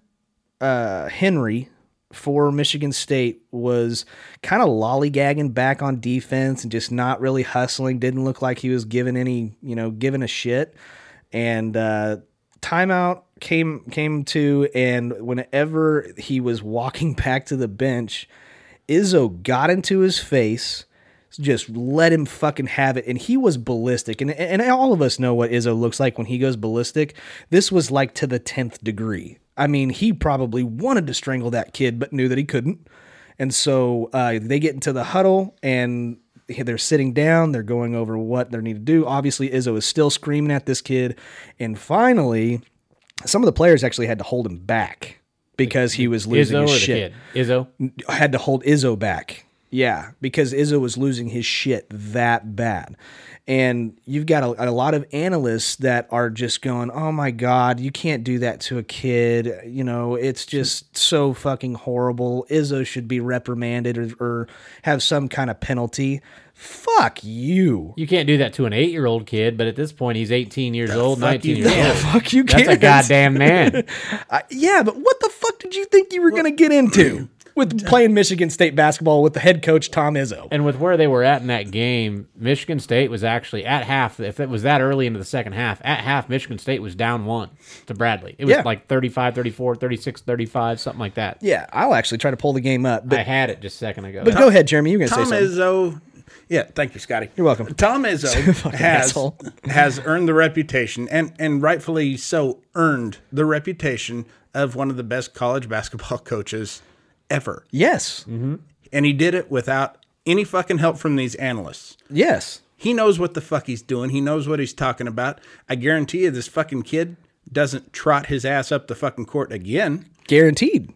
Speaker 1: uh, Henry for Michigan State was kind of lollygagging back on defense and just not really hustling. Didn't look like he was giving any, you know, giving a shit. And uh, timeout came came to, and whenever he was walking back to the bench, Izzo got into his face. Just let him fucking have it, and he was ballistic. And and all of us know what Izzo looks like when he goes ballistic. This was like to the tenth degree. I mean, he probably wanted to strangle that kid, but knew that he couldn't. And so uh, they get into the huddle and they're sitting down. They're going over what they need to do. Obviously, Izzo is still screaming at this kid. And finally, some of the players actually had to hold him back because he was losing
Speaker 3: Izzo or
Speaker 1: his
Speaker 3: the
Speaker 1: shit.
Speaker 3: kid? Izzo.
Speaker 1: Had to hold Izzo back Yeah, because Izzo was losing his shit that bad. And you've got a, a lot of analysts that are just going, oh my God, you can't do that to a kid. You know, it's just so fucking horrible. Izzo should be reprimanded or, or have some kind of penalty. Fuck you.
Speaker 3: You can't do that to an eight year old kid, but at this point, he's 18 years old, 19 years
Speaker 1: Yeah,
Speaker 3: old.
Speaker 1: fuck you,
Speaker 3: That's a
Speaker 1: kids.
Speaker 3: goddamn man.
Speaker 1: I, yeah, but what the fuck did you think you were going to get into with playing Michigan State basketball with the head coach, Tom Izzo?
Speaker 3: And with where they were at in that game, Michigan State was actually at half. If it was that early into the second half, at half, Michigan State was down one to Bradley. It was
Speaker 1: Yeah.
Speaker 3: like 35, 34, 36, 35, something like that.
Speaker 1: Yeah, I'll actually try to pull the game up. But,
Speaker 3: I had it just a second ago.
Speaker 1: but go ahead, Jeremy. You're going to say
Speaker 2: Tom
Speaker 1: something.
Speaker 2: Izzo. Yeah, thank you, Scotty.
Speaker 1: You're welcome.
Speaker 2: Tom Izzo has
Speaker 1: asshole.
Speaker 2: has earned the reputation, and and rightfully so, earned the reputation of one of the best college basketball coaches ever.
Speaker 1: yes.
Speaker 2: Mm-hmm. And he did it without any fucking help from these analysts.
Speaker 1: Yes.
Speaker 2: He knows what the fuck he's doing. He knows what he's talking about. I guarantee you, this fucking kid doesn't trot his ass up the fucking court again.
Speaker 1: Guaranteed.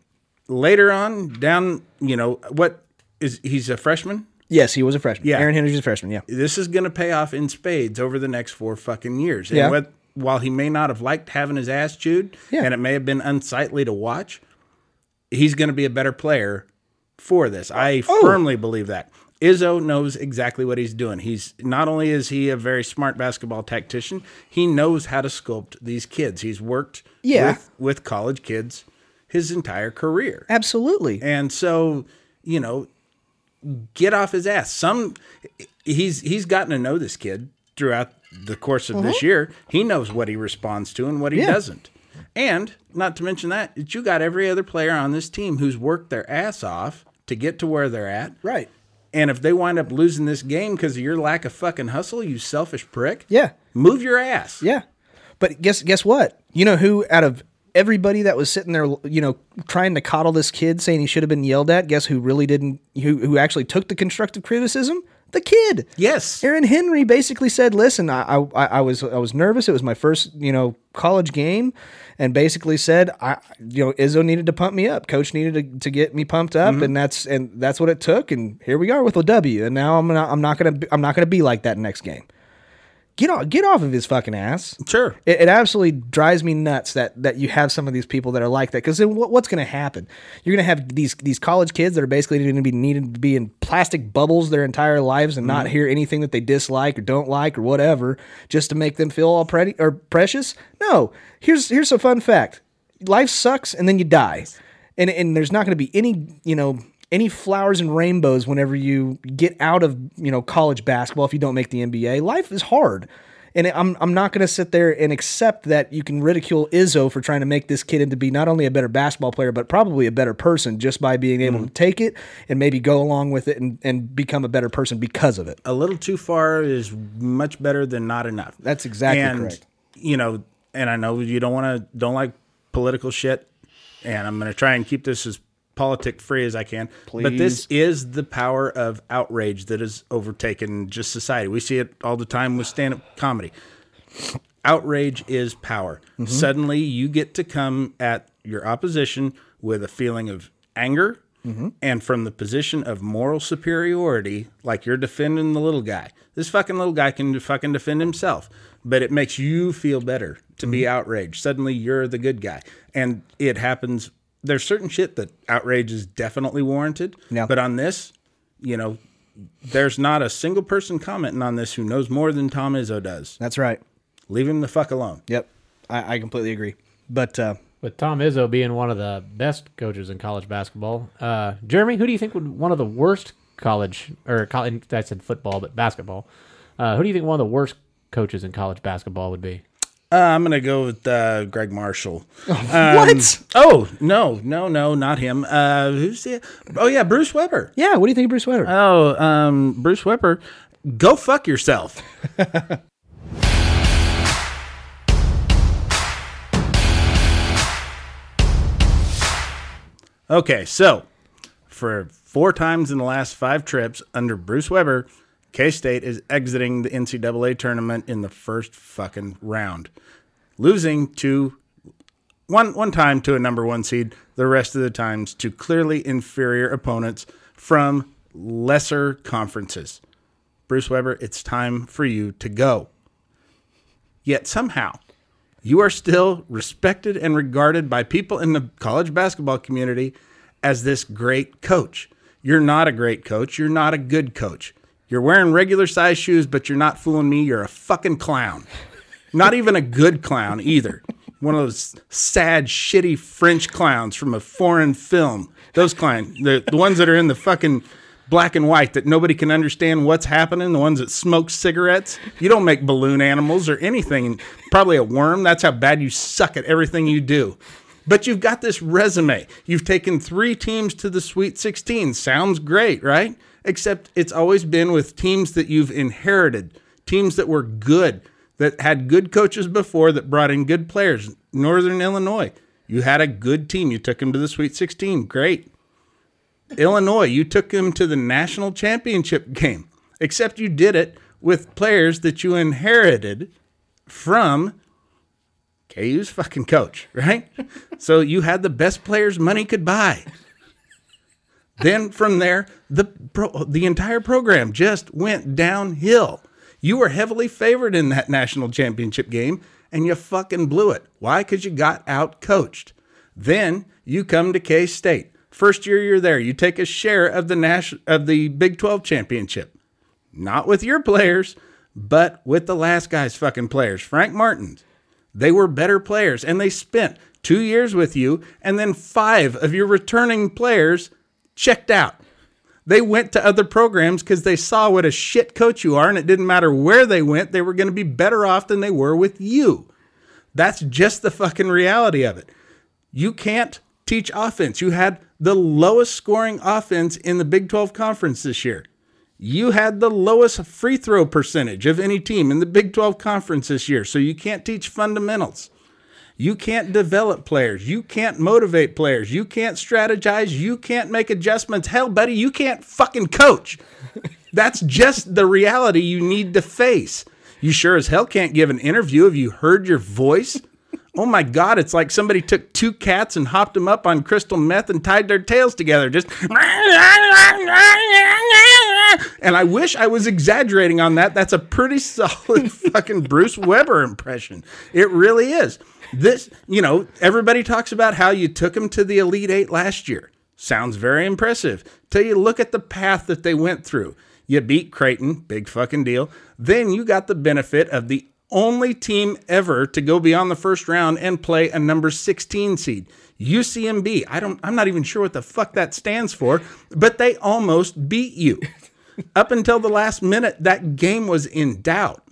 Speaker 2: Later on, down, you know what is he's a freshman.
Speaker 1: Yes, he was a freshman.
Speaker 2: Yeah.
Speaker 1: Aaron Henry's a freshman. Yeah.
Speaker 2: this is going to pay off in spades over the next four fucking years. And
Speaker 1: Yeah.
Speaker 2: what, while he may not have liked having his ass chewed,
Speaker 1: Yeah.
Speaker 2: and it may have been unsightly to watch, he's going to be a better player for this. I
Speaker 1: Oh.
Speaker 2: firmly believe that. Izzo knows exactly what he's doing. He's not only is he a very smart basketball tactician, he knows how to sculpt these kids. He's worked
Speaker 1: Yeah.
Speaker 2: with, with college kids his entire career.
Speaker 1: Absolutely.
Speaker 2: And so, you know, get off his ass. Some he's he's gotten to know this kid throughout the course of this year. He knows what he responds to and what he
Speaker 1: Mm-hmm. Yeah.
Speaker 2: doesn't. And not to mention that that you got every other player on this team who's worked their ass off to get to where they're at.
Speaker 1: Right.
Speaker 2: And if they wind up losing this game because of your lack of fucking hustle, you selfish prick.
Speaker 1: Yeah.
Speaker 2: Move your ass.
Speaker 1: Yeah. But guess guess what? You know who out of everybody that was sitting there, you know, trying to coddle this kid saying he should have been yelled at, guess who really didn't who who actually took the constructive criticism? The kid.
Speaker 2: Yes.
Speaker 1: Aaron Henry basically said, "Listen, I, I I was I was nervous. It was my first you know college game, and basically said, I you know Izzo needed to pump me up. Coach needed to, to get me pumped up, and that's and that's what it took. And here we are with a W. And now I'm not I'm not gonna be, I'm not gonna be like that next game. Get off get off of his fucking ass.
Speaker 2: Sure.
Speaker 1: It, it absolutely drives me nuts that that you have some of these people that are like that. Because then what, what's going to happen? You're going to have these these college kids that are basically going to be needed to be in plastic bubbles their entire lives and not hear anything that they dislike or don't like or whatever, just to make them feel all pretty or precious. No, here's here's a fun fact: life sucks, and then you die, and and there's not going to be any you know. Any flowers and rainbows whenever you get out of you know college basketball if you don't make the NBA. Life is hard. And I'm I'm not going to sit there and accept that you can ridicule Izzo for trying to make this kid into be not only a better basketball player but probably a better person just by being able to take it and maybe go along with it and, and become a better person because of it.
Speaker 2: a little too far is much better than not enough.
Speaker 1: That's exactly
Speaker 2: and,
Speaker 1: correct.
Speaker 2: You know, and I know you don't want to don't like political shit, and I'm going to try and keep this as politic free as I can. But this is the power of outrage that has overtaken just society. We see it all the time with stand up comedy. Outrage is power. Suddenly, you get to come at your opposition with a feeling of anger and from the position of moral superiority, like you're defending the little guy. This fucking little guy can fucking defend himself, but it makes you feel better to be outraged. Suddenly, you're the good guy. And it happens. There's certain shit that outrage is definitely warranted.
Speaker 1: Yeah.
Speaker 2: But on this, you know, there's not a single person commenting on this who knows more than Tom Izzo does.
Speaker 1: That's right.
Speaker 2: Leave him the fuck alone.
Speaker 1: Yep, I, I completely agree. But uh,
Speaker 3: With Tom Izzo being one of the best coaches in college basketball, uh, Jeremy, who do you think would one of the worst college or college? I said football, but basketball. Uh, who do you think one of the worst coaches in college basketball would be?
Speaker 2: Uh, I'm gonna go with uh, Greg Marshall.
Speaker 1: what?
Speaker 2: Oh no, no, no, not him. Uh, who's the? Oh yeah, Bruce Weber.
Speaker 1: Yeah, what do you think of Bruce Weber?
Speaker 2: Oh, um, Bruce Weber, go fuck yourself. okay, so for four times in the last five trips under Bruce Weber, K State is exiting the NCAA tournament in the first fucking round, losing to one one time to a number one seed, the rest of the times to clearly inferior opponents from lesser conferences. Bruce Weber, it's time for you to go. Yet somehow, you are still respected and regarded by people in the college basketball community as this great coach. You're not a great coach. You're not a good coach. You're wearing regular size shoes, but you're not fooling me. You're a fucking clown. Not even a good clown either. One of those sad, shitty French clowns from a foreign film. Those clowns, the, the ones that are in the fucking black and white that nobody can understand what's happening, the ones that smoke cigarettes. You don't make balloon animals or anything, probably a worm. That's how bad you suck at everything you do. But you've got this resume. You've taken three teams to the Sweet 16. Sounds great, right? Except it's always been with teams that you've inherited, teams that were good, that had good coaches before that brought in good players. Northern Illinois, you had a good team. You took them to the Sweet 16. Great. Illinois, you took them to the national championship game, except you did it with players that you inherited from KU's fucking coach, right? so you had the best players money could buy. then from there, the pro, the entire program just went downhill. You were heavily favored in that national championship game, and you fucking blew it. Why? Because you got out coached. Then you come to K State. First year you're there, you take a share of the national of the Big 12 championship. Not with your players, but with the last guy's fucking players, Frank Martin's. They were better players and they spent 2 years with you and then 5 of your returning players checked out. They went to other programs cuz they saw what a shit coach you are and it didn't matter where they went, they were going to be better off than they were with you. That's just the fucking reality of it. You can't teach offense. You had the lowest scoring offense in the Big 12 conference this year. You had the lowest free throw percentage of any team in the Big 12 conference this year. So you can't teach fundamentals. You can't develop players. You can't motivate players. You can't strategize. You can't make adjustments. Hell, buddy, you can't fucking coach. That's just the reality you need to face. You sure as hell can't give an interview. Have you heard your voice? Oh my God, it's like somebody took two cats and hopped them up on crystal meth and tied their tails together. Just. And I wish I was exaggerating on that. That's a pretty solid fucking Bruce Weber impression. It really is. This, you know, everybody talks about how you took them to the Elite Eight last year. Sounds very impressive. Till you look at the path that they went through. You beat Creighton, big fucking deal. Then you got the benefit of the only team ever to go beyond the first round and play a number 16 seed. UCMB. I don't I'm not even sure what the fuck that stands for, but they almost beat you. Up until the last minute that game was in doubt.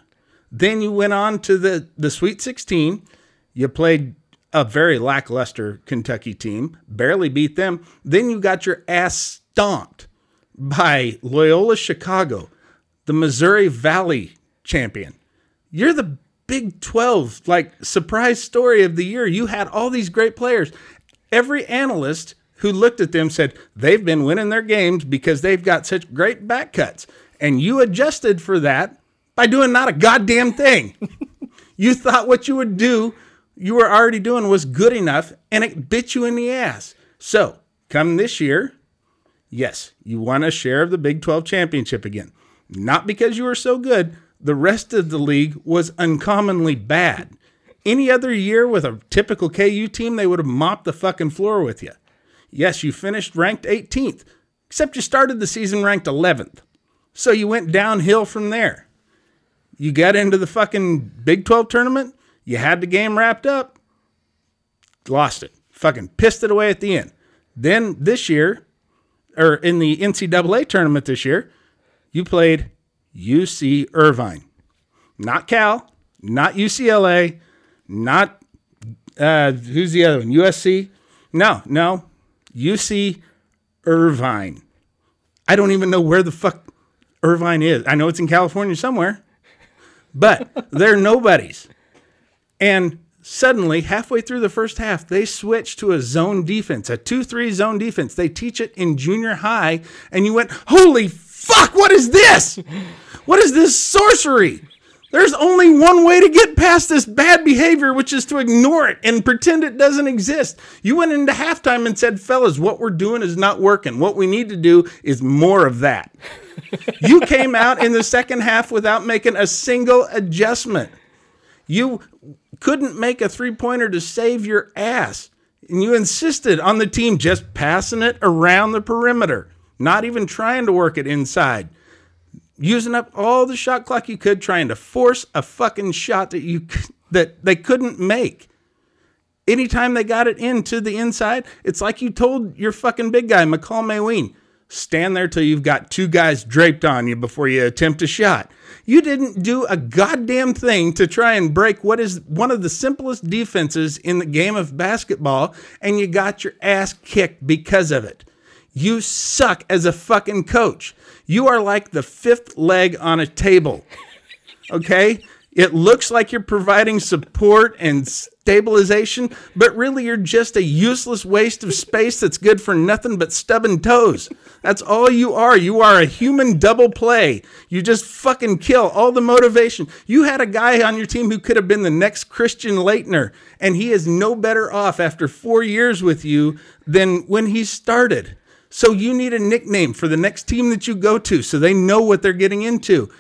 Speaker 2: Then you went on to the the Sweet 16. You played a very lackluster Kentucky team, barely beat them. Then you got your ass stomped by Loyola Chicago, the Missouri Valley champion you're the Big 12 like surprise story of the year. You had all these great players. Every analyst who looked at them said they've been winning their games because they've got such great back cuts. And you adjusted for that by doing not a goddamn thing. you thought what you would do, you were already doing was good enough, and it bit you in the ass. So, come this year, yes, you won a share of the Big 12 championship again. Not because you were so good, the rest of the league was uncommonly bad. Any other year with a typical KU team, they would have mopped the fucking floor with you. Yes, you finished ranked 18th, except you started the season ranked 11th. So you went downhill from there. You got into the fucking Big 12 tournament, you had the game wrapped up, lost it, fucking pissed it away at the end. Then this year, or in the NCAA tournament this year, you played UC Irvine. Not Cal, not UCLA, not uh, who's the other one? USC? No, no. UC Irvine. I don't even know where the fuck Irvine is. I know it's in California somewhere, but they're nobodies. And suddenly, halfway through the first half, they switch to a zone defense, a 2 3 zone defense. They teach it in junior high, and you went, holy fuck, what is this? What is this sorcery? There's only one way to get past this bad behavior, which is to ignore it and pretend it doesn't exist. You went into halftime and said, fellas, what we're doing is not working. What we need to do is more of that. you came out in the second half without making a single adjustment. You couldn't make a three pointer to save your ass. And you insisted on the team just passing it around the perimeter, not even trying to work it inside using up all the shot clock you could trying to force a fucking shot that you c- that they couldn't make. Anytime they got it into the inside, it's like you told your fucking big guy, McCall Mayween, stand there till you've got two guys draped on you before you attempt a shot. You didn't do a goddamn thing to try and break what is one of the simplest defenses in the game of basketball, and you got your ass kicked because of it. You suck as a fucking coach. You are like the fifth leg on a table. Okay? It looks like you're providing support and stabilization, but really you're just a useless waste of space that's good for nothing but stubborn toes. That's all you are. You are a human double play. You just fucking kill all the motivation. You had a guy on your team who could have been the next Christian Leitner, and he is no better off after four years with you than when he started. So you need a nickname for the next team that you go to so they know what they're getting into.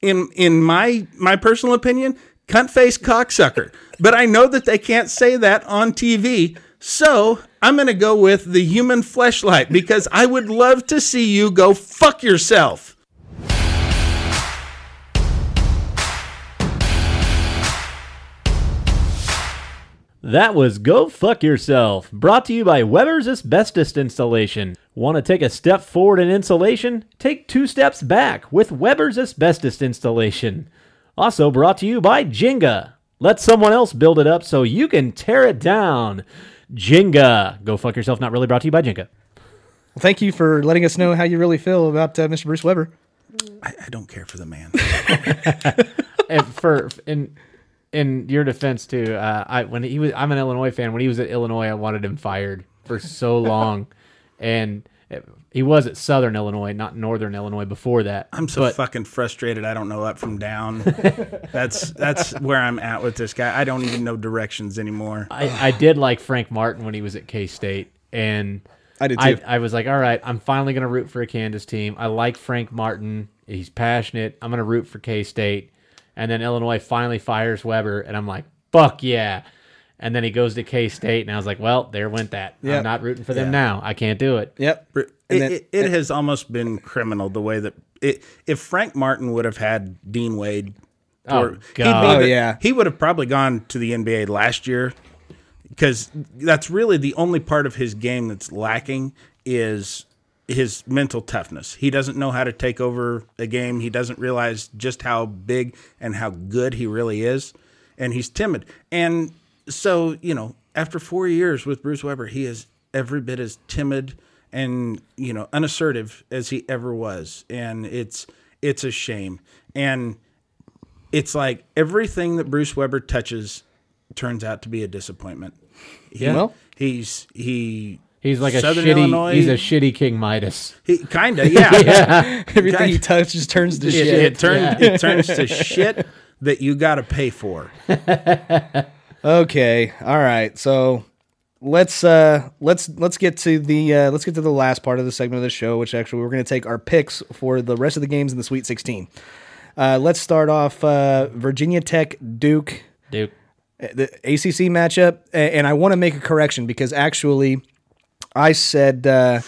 Speaker 2: In in my my personal opinion, cunt face cocksucker. But I know that they can't say that on TV. So I'm gonna go with the human fleshlight because I would love to see you go fuck yourself.
Speaker 3: That was Go Fuck Yourself, brought to you by Weber's Asbestos Installation. Want to take a step forward in insulation? Take two steps back with Weber's Asbestos Installation. Also brought to you by Jenga. Let someone else build it up so you can tear it down. Jenga. Go Fuck Yourself, not really brought to you by Jenga.
Speaker 1: Well, thank you for letting us know how you really feel about uh, Mr. Bruce Weber.
Speaker 2: I, I don't care for the man.
Speaker 3: and for in in your defense too, uh, I when he was I'm an Illinois fan. When he was at Illinois, I wanted him fired for so long, and it- he was at Southern Illinois, not Northern Illinois before that.
Speaker 2: I'm so fucking frustrated. I don't know up from down. that's that's where I'm at with this guy. I don't even know directions anymore.
Speaker 3: I, I did like Frank Martin when he was at K State, and
Speaker 1: I did
Speaker 3: I,
Speaker 1: too.
Speaker 3: I was like, all right, I'm finally gonna root for a Kansas team. I like Frank Martin. He's passionate. I'm gonna root for K State, and then Illinois finally fires Weber, and I'm like, fuck yeah. And then he goes to K State, and I was like, well, there went that.
Speaker 1: Yeah.
Speaker 3: I'm not rooting for them now. I can't do it.
Speaker 1: Yep.
Speaker 2: It,
Speaker 1: And then-
Speaker 2: it, it has almost been criminal the way that it, if Frank Martin would have had Dean Wade,
Speaker 3: Oh,
Speaker 2: or- he'd be
Speaker 3: God.
Speaker 1: Oh,
Speaker 2: the-
Speaker 1: yeah.
Speaker 2: he would have probably gone to the NBA last year because that's really the only part of his game that's lacking is his mental toughness. He doesn't know how to take over a game. He doesn't realize just how big and how good he really is, and he's timid. And so, you know, after 4 years with Bruce Weber, he is every bit as timid and, you know, unassertive as he ever was, and it's it's a shame. And it's like everything that Bruce Weber touches turns out to be a disappointment. He,
Speaker 1: Well-
Speaker 2: he's he
Speaker 3: He's like a
Speaker 2: Southern
Speaker 3: shitty.
Speaker 2: Illinois.
Speaker 3: He's a shitty King Midas.
Speaker 2: he, kinda yeah.
Speaker 1: Everything he touches turns to
Speaker 2: It,
Speaker 1: shit.
Speaker 2: it turns it turns to shit that you got to pay for.
Speaker 1: Okay. All right. So let's uh let's let's get to the uh let's get to the last part of the segment of the show, which actually we're gonna take our picks for the rest of the games in the Sweet Sixteen. Uh, let's start off uh, Virginia Tech Duke
Speaker 3: Duke.
Speaker 1: the ACC matchup, a- and I want to make a correction because actually, I said uh,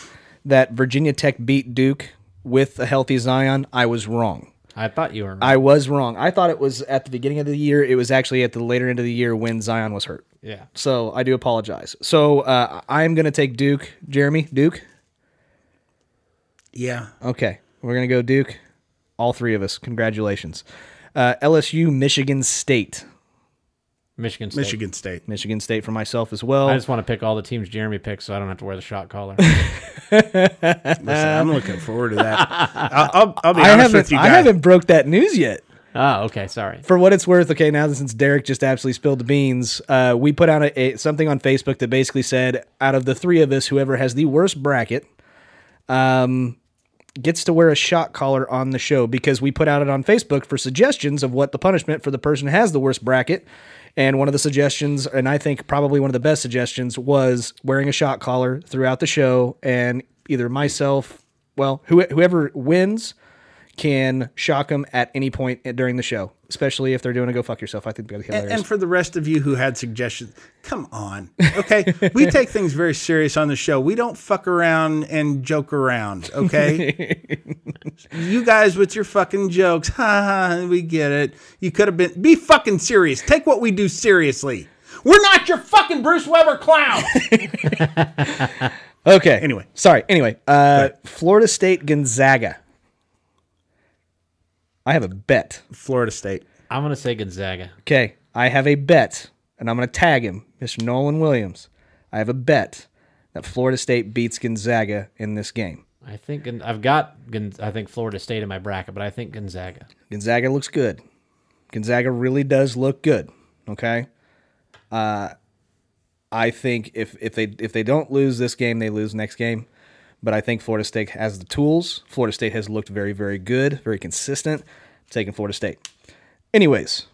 Speaker 1: that Virginia Tech beat Duke with a healthy Zion. I was wrong.
Speaker 3: I thought you were.
Speaker 1: I was wrong. I thought it was at the beginning of the year. It was actually at the later end of the year when Zion was hurt.
Speaker 3: yeah.
Speaker 1: So I do apologize. So uh, I'm going to take Duke. Jeremy, Duke.
Speaker 2: Yeah.
Speaker 1: Okay, we're going to go Duke. All three of us. Congratulations. Uh, LSU, Michigan State.
Speaker 3: Michigan State.
Speaker 2: Michigan State.
Speaker 1: Michigan State for myself as well.
Speaker 3: I just want to pick all the teams Jeremy picks, so I don't have to wear the shot collar.
Speaker 2: Listen, I'm looking forward to that. I'll, I'll, I'll be
Speaker 1: I
Speaker 2: honest
Speaker 1: haven't,
Speaker 2: with you
Speaker 1: I
Speaker 2: guys.
Speaker 1: haven't broke that news yet.
Speaker 3: oh, okay. Sorry.
Speaker 1: For what it's worth, okay, now since Derek just absolutely spilled the beans, uh, we put out a, a- something on Facebook that basically said, out of the three of us, whoever has the worst bracket, um, gets to wear a shot collar on the show because we put out it on Facebook for suggestions of what the punishment for the person who has the worst bracket. And one of the suggestions, and I think probably one of the best suggestions, was wearing a shot collar throughout the show. And either myself, well, who, whoever wins can shock them at any point during the show, especially if they're doing a go fuck yourself. I think that'd be hilarious.
Speaker 2: And, and for the rest of you who had suggestions, come on. Okay. we take things very serious on the show. We don't fuck around and joke around. Okay. you guys with your fucking jokes. Ha ha. We get it. You could have been, be fucking serious. Take what we do seriously. We're not your fucking Bruce Weber clown.
Speaker 1: okay.
Speaker 2: Anyway.
Speaker 1: Sorry. Anyway, uh, Florida State Gonzaga. I have a bet.
Speaker 2: Florida State.
Speaker 3: I'm gonna say Gonzaga.
Speaker 1: Okay, I have a bet, and I'm going to tag him, Mr. Nolan Williams. I have a bet that Florida State beats Gonzaga in this game.
Speaker 3: I think Gon- I've got Gon- I think Florida State in my bracket, but I think Gonzaga.
Speaker 1: Gonzaga looks good. Gonzaga really does look good. Okay. Uh, I think if if they if they don't lose this game, they lose next game. But I think Florida State has the tools. Florida State has looked very very good, very consistent. taking Florida State. Anyways,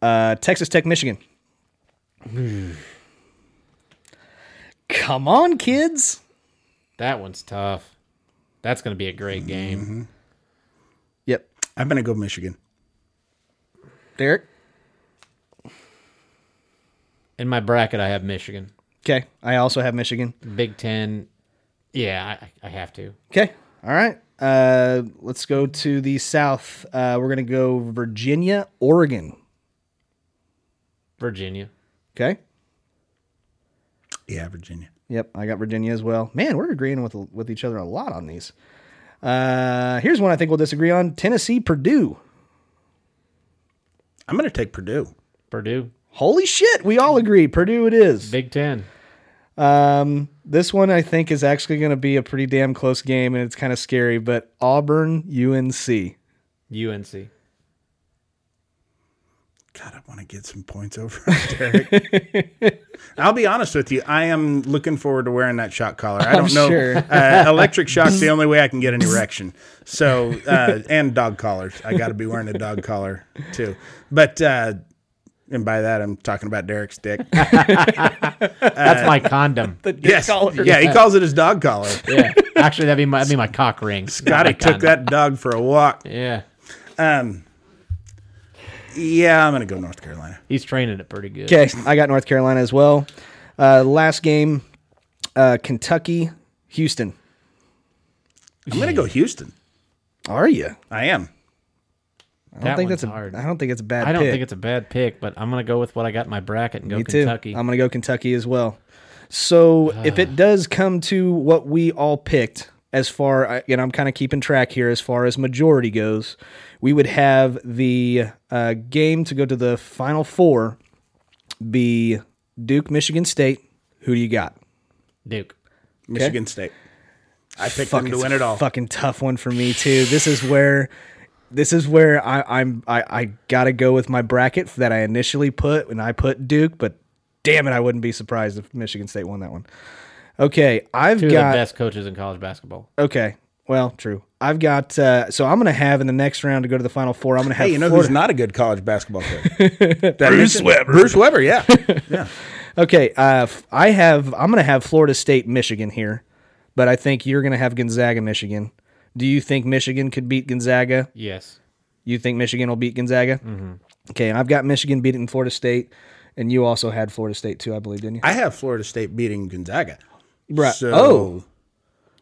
Speaker 1: uh, Texas Tech, Michigan. Come on, kids.
Speaker 3: That one's tough. That's gonna be a great game.
Speaker 1: Mm-hmm. Yep,
Speaker 2: I'm going to go Michigan.
Speaker 1: Derek.
Speaker 3: In my bracket, I have Michigan,
Speaker 1: Okay, I also have Michigan.
Speaker 3: Big Ten. Yeah, I, I have to.
Speaker 1: Okay. All right. Uh, let's go to the South. Uh, we're going to go Virginia, Oregon.
Speaker 3: Virginia.
Speaker 1: Okay.
Speaker 2: Yeah, Virginia.
Speaker 1: Yep. I got Virginia as well. Man, we're agreeing with, with each other a lot on these. Uh, here's one I think we'll disagree on Tennessee, Purdue.
Speaker 2: I'm going to take Purdue.
Speaker 3: Purdue.
Speaker 1: Holy shit. We all agree. Purdue it is.
Speaker 3: Big Ten.
Speaker 1: Um, this one I think is actually going to be a pretty damn close game and it's kind of scary, but Auburn, UNC.
Speaker 3: UNC.
Speaker 2: God, I want to get some points over on Derek. I'll be honest with you. I am looking forward to wearing that shock collar. I don't know.
Speaker 1: sure.
Speaker 2: Uh, electric shock's the only way I can get an erection. So, uh, and dog collars. I got to be wearing a dog collar too. But, uh, and by that, I'm talking about Derek's dick.
Speaker 3: That's my condom.
Speaker 2: yes. Yeah, he calls it his dog collar.
Speaker 3: yeah. Actually, that'd be my that'd be my cock ring.
Speaker 2: God,
Speaker 3: Not my
Speaker 2: I took
Speaker 3: condom.
Speaker 2: that dog for a walk.
Speaker 3: Yeah.
Speaker 2: Um, yeah, I'm going to go North Carolina.
Speaker 3: He's training it pretty good.
Speaker 1: Okay, I got North Carolina as well. Uh, last game, uh, Kentucky, Houston.
Speaker 2: I'm going to go Houston.
Speaker 1: Are you?
Speaker 2: I am.
Speaker 1: I don't think that's a,
Speaker 3: hard.
Speaker 1: I don't think it's a bad.
Speaker 3: I don't
Speaker 1: pick.
Speaker 3: think it's a bad pick, but I'm gonna go with what I got in my bracket and go
Speaker 1: Me too.
Speaker 3: Kentucky.
Speaker 1: I'm gonna go Kentucky as well. So if it does come to what we all picked, as far I- and I'm kind of keeping track here as far as majority goes, we would have the uh, game to go to the Final Four be Duke, Michigan State. Who do you got?
Speaker 3: Duke.
Speaker 2: Michigan State. I picked
Speaker 1: Fuck,
Speaker 2: them to
Speaker 1: it's
Speaker 2: win
Speaker 1: a
Speaker 2: it all.
Speaker 1: Fucking tough one for me too. This is where, this is where I, I'm. I, I gotta go with my bracket that I initially put, and I put Duke. But damn it, I wouldn't be surprised if Michigan State won that one. Okay, I've
Speaker 3: Two of
Speaker 1: got
Speaker 3: the best coaches in college basketball.
Speaker 1: okay. Well, true. I've got uh, so I'm gonna have in the next round to go to the Final Four. I'm gonna have
Speaker 2: Hey, you know
Speaker 1: Florida-
Speaker 2: who's not a good college basketball player? Bruce Weber. Bruce Weber, yeah.
Speaker 1: Okay, uh, f- I have. I'm gonna have Florida State, Michigan here, but I think you're gonna have Gonzaga, Michigan. Do you think Michigan could beat Gonzaga?
Speaker 3: Yes.
Speaker 1: You think Michigan will beat Gonzaga? Mm-hmm. Okay, and I've got Michigan beating Florida State, and you also had Florida State too, I believe, didn't you?
Speaker 2: I have Florida State beating Gonzaga.
Speaker 1: Right.
Speaker 2: So,
Speaker 1: Oh.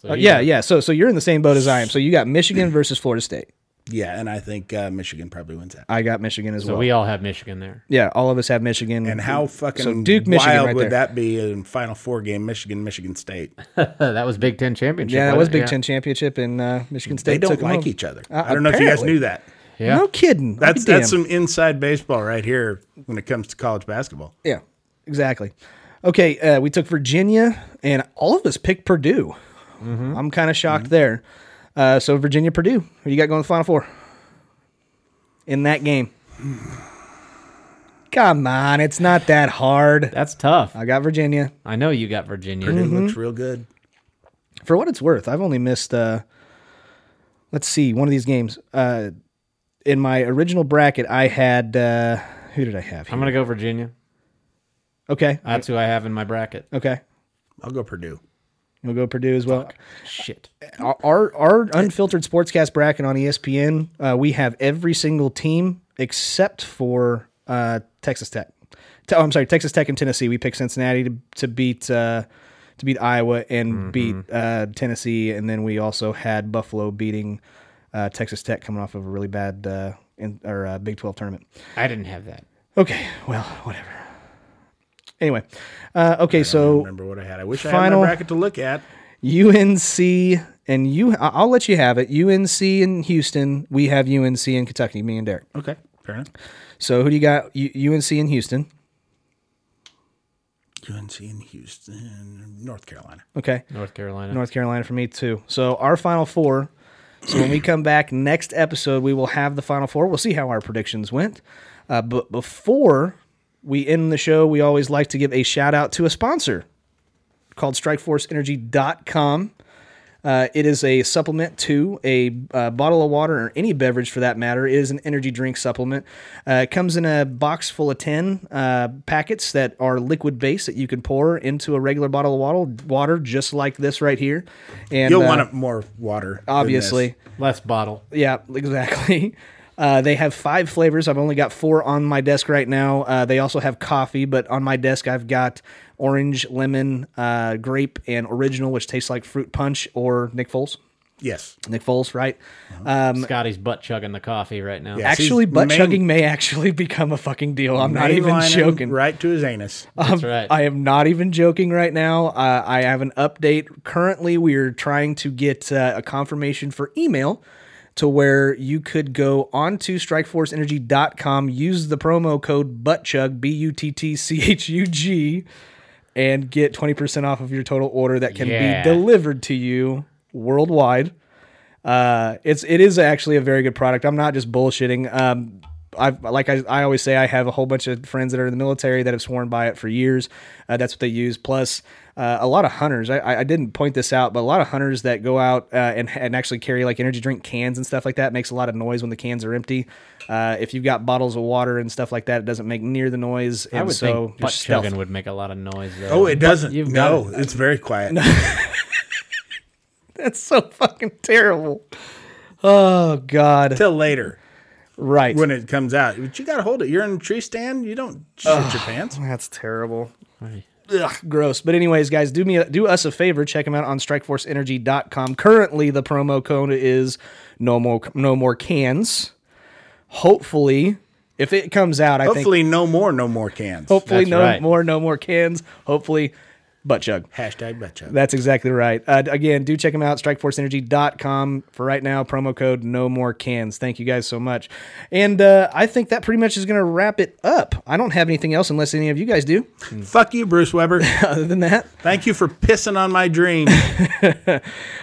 Speaker 3: So
Speaker 1: Uh,
Speaker 3: he-
Speaker 1: yeah, yeah. So, so you're in the same boat as I am. So you got Michigan versus Florida State.
Speaker 2: Yeah, and I think uh, Michigan probably wins that.
Speaker 1: I got Michigan as
Speaker 3: So
Speaker 1: well.
Speaker 3: we all have Michigan there.
Speaker 1: yeah, all of us have Michigan.
Speaker 2: And how fucking
Speaker 1: So Duke,
Speaker 2: wild
Speaker 1: Michigan, right
Speaker 2: would
Speaker 1: there.
Speaker 2: that be in Final Four game, Michigan, Michigan State?
Speaker 3: that was Big Ten championship.
Speaker 1: Yeah, that
Speaker 3: wasn't
Speaker 1: was
Speaker 3: it?
Speaker 1: Big
Speaker 3: Yeah.
Speaker 1: Ten championship, and uh, Michigan State.
Speaker 2: They don't
Speaker 1: took 'em
Speaker 2: like
Speaker 1: over.
Speaker 2: each other.
Speaker 1: Uh,
Speaker 2: I don't know if you guys
Speaker 1: apparently.
Speaker 2: knew that.
Speaker 3: Yeah.
Speaker 1: No kidding. I'll be
Speaker 2: That's that's
Speaker 1: damned.
Speaker 2: some inside baseball right here when it comes to college basketball.
Speaker 1: yeah, exactly. Okay, uh, we took Virginia, and all of us picked Purdue. I'm kind of shocked there. Uh, so Virginia, Purdue, who you got going to the Final Four in that game? Come on, it's not that hard.
Speaker 3: That's tough.
Speaker 1: I got Virginia.
Speaker 3: I know
Speaker 1: Mm-hmm.
Speaker 3: you got Virginia.
Speaker 2: It looks real good.
Speaker 1: For what it's worth, I've only missed. Uh, let's see, one of these games. Uh, in my original bracket, I had uh, who did I have? Here?
Speaker 3: I'm gonna go Virginia.
Speaker 1: Okay,
Speaker 3: That's who I have in my bracket.
Speaker 1: okay,
Speaker 2: I'll go Purdue.
Speaker 1: we'll go Purdue as well.
Speaker 3: Shit.
Speaker 1: Our- Our our unfiltered sportscast bracket on ESPN, uh, we have every single team except for uh, Texas Tech. Te- oh, I'm sorry, Texas Tech and Tennessee. We picked Cincinnati to to beat uh, to beat Iowa and beat uh, Tennessee, and then we also had Buffalo beating uh, Texas Tech, coming off of a really bad uh, in, or uh, Big Twelve tournament.
Speaker 3: I didn't have that.
Speaker 1: Okay, well, whatever. Anyway, uh, okay, so
Speaker 2: Remember what I had? I wish I had my
Speaker 1: Final-
Speaker 2: bracket to look at.
Speaker 1: UNC and you, I- I'll let you have it. UNC and Houston. We have UNC in Kentucky. Me and Derek.
Speaker 2: Okay, fair enough.
Speaker 1: So who do you got? U- UNC and Houston.
Speaker 2: UNC in Houston, North Carolina.
Speaker 1: Okay.
Speaker 3: North Carolina.
Speaker 1: North Carolina for me too. So our final four. So when we come back next episode, we will have the final four. We'll see how our predictions went. Uh, but before we end the show, we always like to give a shout out to a sponsor called StrikeForceEnergy.com. Uh, it is a supplement to a uh, bottle of water or any beverage for that matter. It is an energy drink supplement. Uh, it comes in a box full of 10 uh, packets that are liquid based that you can pour into a regular bottle of water, water just like this right here. And
Speaker 2: You'll
Speaker 1: uh,
Speaker 2: want more water. than this.
Speaker 1: Obviously.
Speaker 3: Less bottle.
Speaker 1: Yeah, exactly. Uh, they have five flavors. I've only got four on my desk right now. Uh, they also have coffee, but on my desk I've got orange, lemon, uh, grape, and original, which tastes like fruit punch or Nick Foles.
Speaker 2: Yes.
Speaker 1: Nick Foles, right?
Speaker 3: Scotty's butt chugging the coffee right now.
Speaker 2: Yeah. Yes, he's
Speaker 1: actually, butt
Speaker 2: main-
Speaker 1: chugging may actually become a fucking deal. I'm not even
Speaker 2: Mainlining
Speaker 1: joking.
Speaker 2: Right to his anus.
Speaker 3: That's right.
Speaker 1: I am not even joking right now. Uh, I have an update. Currently, we are trying to get uh, a confirmation for email to where you could go onto strikeforceenergy.com, use the promo code buttchug, B U T T C H U G, and get 20% off of your total order that can
Speaker 3: Yeah.
Speaker 1: be delivered to you worldwide. Uh, it's it is actually a very good product. I'm not just bullshitting. Um, I like I, I always say I have a whole bunch of friends that are in the military that have sworn by it for years. Uh, that's what they use. Plus, uh, a lot of hunters. I- I, I didn't point this out, but a lot of hunters that go out uh, and and actually carry like energy drink cans and stuff like that makes a lot of noise when the cans are empty. Uh, if you've got bottles of water and stuff like that, it doesn't make near the noise. And
Speaker 3: I would
Speaker 1: so
Speaker 3: think
Speaker 1: you're
Speaker 3: butt
Speaker 1: stealth.
Speaker 3: chugging would make a lot of noise. Though.
Speaker 2: Oh, it doesn't.
Speaker 3: you've
Speaker 2: no,
Speaker 3: got
Speaker 2: it's very quiet.
Speaker 1: That's so fucking terrible. Oh God!
Speaker 2: Till later
Speaker 1: Right.
Speaker 2: when it comes out. But you got to hold it. You're in a tree stand. You don't shit your pants.
Speaker 1: That's terrible. Ugh, gross. But anyways, guys, do me a, do us a favor. Check them out on StrikeForceEnergy.com. Currently, the promo code is no more no more cans. Hopefully, if it comes out, I think
Speaker 2: Hopefully, no more, no more cans.
Speaker 1: hopefully
Speaker 3: That's
Speaker 1: no
Speaker 3: right.
Speaker 1: more no more cans. Hopefully, butt chug.
Speaker 2: Hashtag betcha.
Speaker 1: That's exactly right. Uh, again, do check them out, strikeforceenergy.com. For right now, promo code no more cans. Thank you guys so much. And uh, I think that pretty much is going to wrap it up. I don't have anything else unless any of you guys do.
Speaker 2: Fuck you, Bruce Weber.
Speaker 1: Other than that,
Speaker 2: Thank you for pissing on my dream.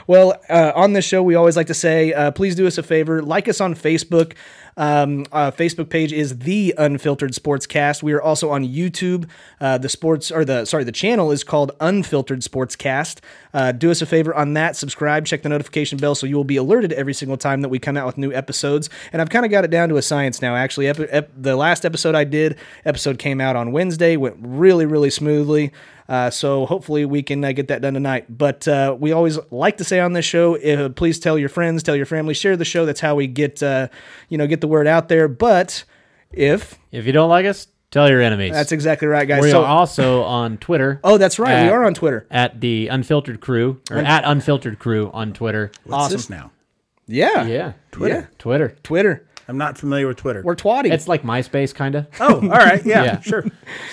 Speaker 1: Well, uh, on this show, we always like to say, uh, please do us a favor, like us on Facebook. Um, our Facebook page is the Unfiltered Sportscast. We are also on YouTube. Uh, the sports or the sorry, the channel is called Unfiltered Sportscast. Uh, do us a favor on that. Subscribe. Check the notification bell so you will be alerted every single time that we come out with new episodes. And I've kind of got it down to a science now. Actually, Epi- ep- the last episode I did, episode came out on Wednesday, went really really smoothly. Uh, so hopefully we can uh, get that done tonight. But uh, we always like to say on this show, uh, please tell your friends, tell your family, share the show. That's how we get uh, you know get the word out there. But if
Speaker 3: If you don't like us, tell your enemies.
Speaker 1: that's exactly right, guys.
Speaker 3: we
Speaker 1: So
Speaker 3: are also on Twitter.
Speaker 1: oh, that's right, we
Speaker 3: at-
Speaker 1: are on Twitter.
Speaker 3: at the Unfiltered Crew or at Unfiltered Crew on Twitter.
Speaker 2: What's this now?
Speaker 1: Yeah,
Speaker 3: Yeah,
Speaker 1: Twitter.
Speaker 3: Twitter.
Speaker 1: Twitter.
Speaker 2: I'm not familiar with Twitter.
Speaker 1: We're twatty.
Speaker 3: It's like MySpace, kind of.
Speaker 2: oh, all right. Yeah,
Speaker 3: Yeah.
Speaker 2: sure.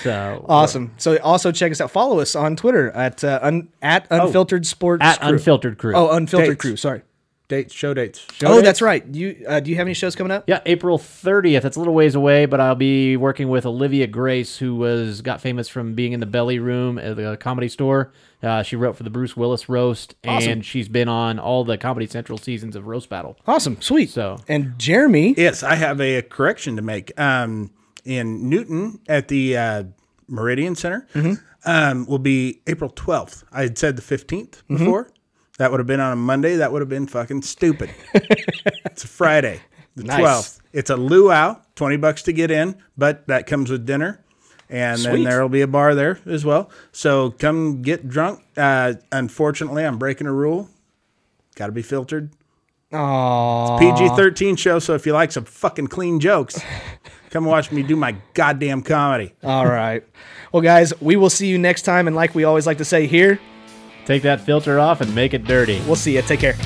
Speaker 3: So
Speaker 1: awesome. So also check us out. Follow us on Twitter at uh, un- at unfiltered sports
Speaker 3: at
Speaker 1: crew.
Speaker 3: Unfiltered Crew.
Speaker 1: oh unfiltered
Speaker 2: Dates.
Speaker 1: crew. Sorry.
Speaker 2: Dates, show dates.
Speaker 1: oh, that's right. You uh, do you have any shows coming up?
Speaker 3: Yeah, April 30th. That's a little ways away, but I'll be working with Olivia Grace, who was got famous from being in the belly room at the comedy store. Uh, she wrote for the Bruce Willis roast, and she's been on all the Comedy Central seasons of Roast Battle.
Speaker 1: Awesome. Sweet.
Speaker 3: So-
Speaker 1: and Jeremy.
Speaker 2: Yes, I have a correction to make. Um, in Newton at the uh, Meridian Center um, will be April 12th. I had said the 15th before. That would have been on a Monday. That would have been fucking stupid. it's a Friday, the
Speaker 3: Nice.
Speaker 2: 12th. It's a luau, 20 bucks to get in, but that comes with dinner. And then
Speaker 1: Sweet.
Speaker 2: there'll be a bar there as well. So come get drunk. Uh, unfortunately, I'm breaking a rule. Got to be filtered.
Speaker 1: Aww.
Speaker 2: PG 13 show. So if you like some fucking clean jokes, come watch me do my goddamn comedy.
Speaker 1: All right. Well, guys, we will see you next time. And like we always like to say here,
Speaker 3: Take that filter off and make it dirty.
Speaker 1: we'll see you. Take care.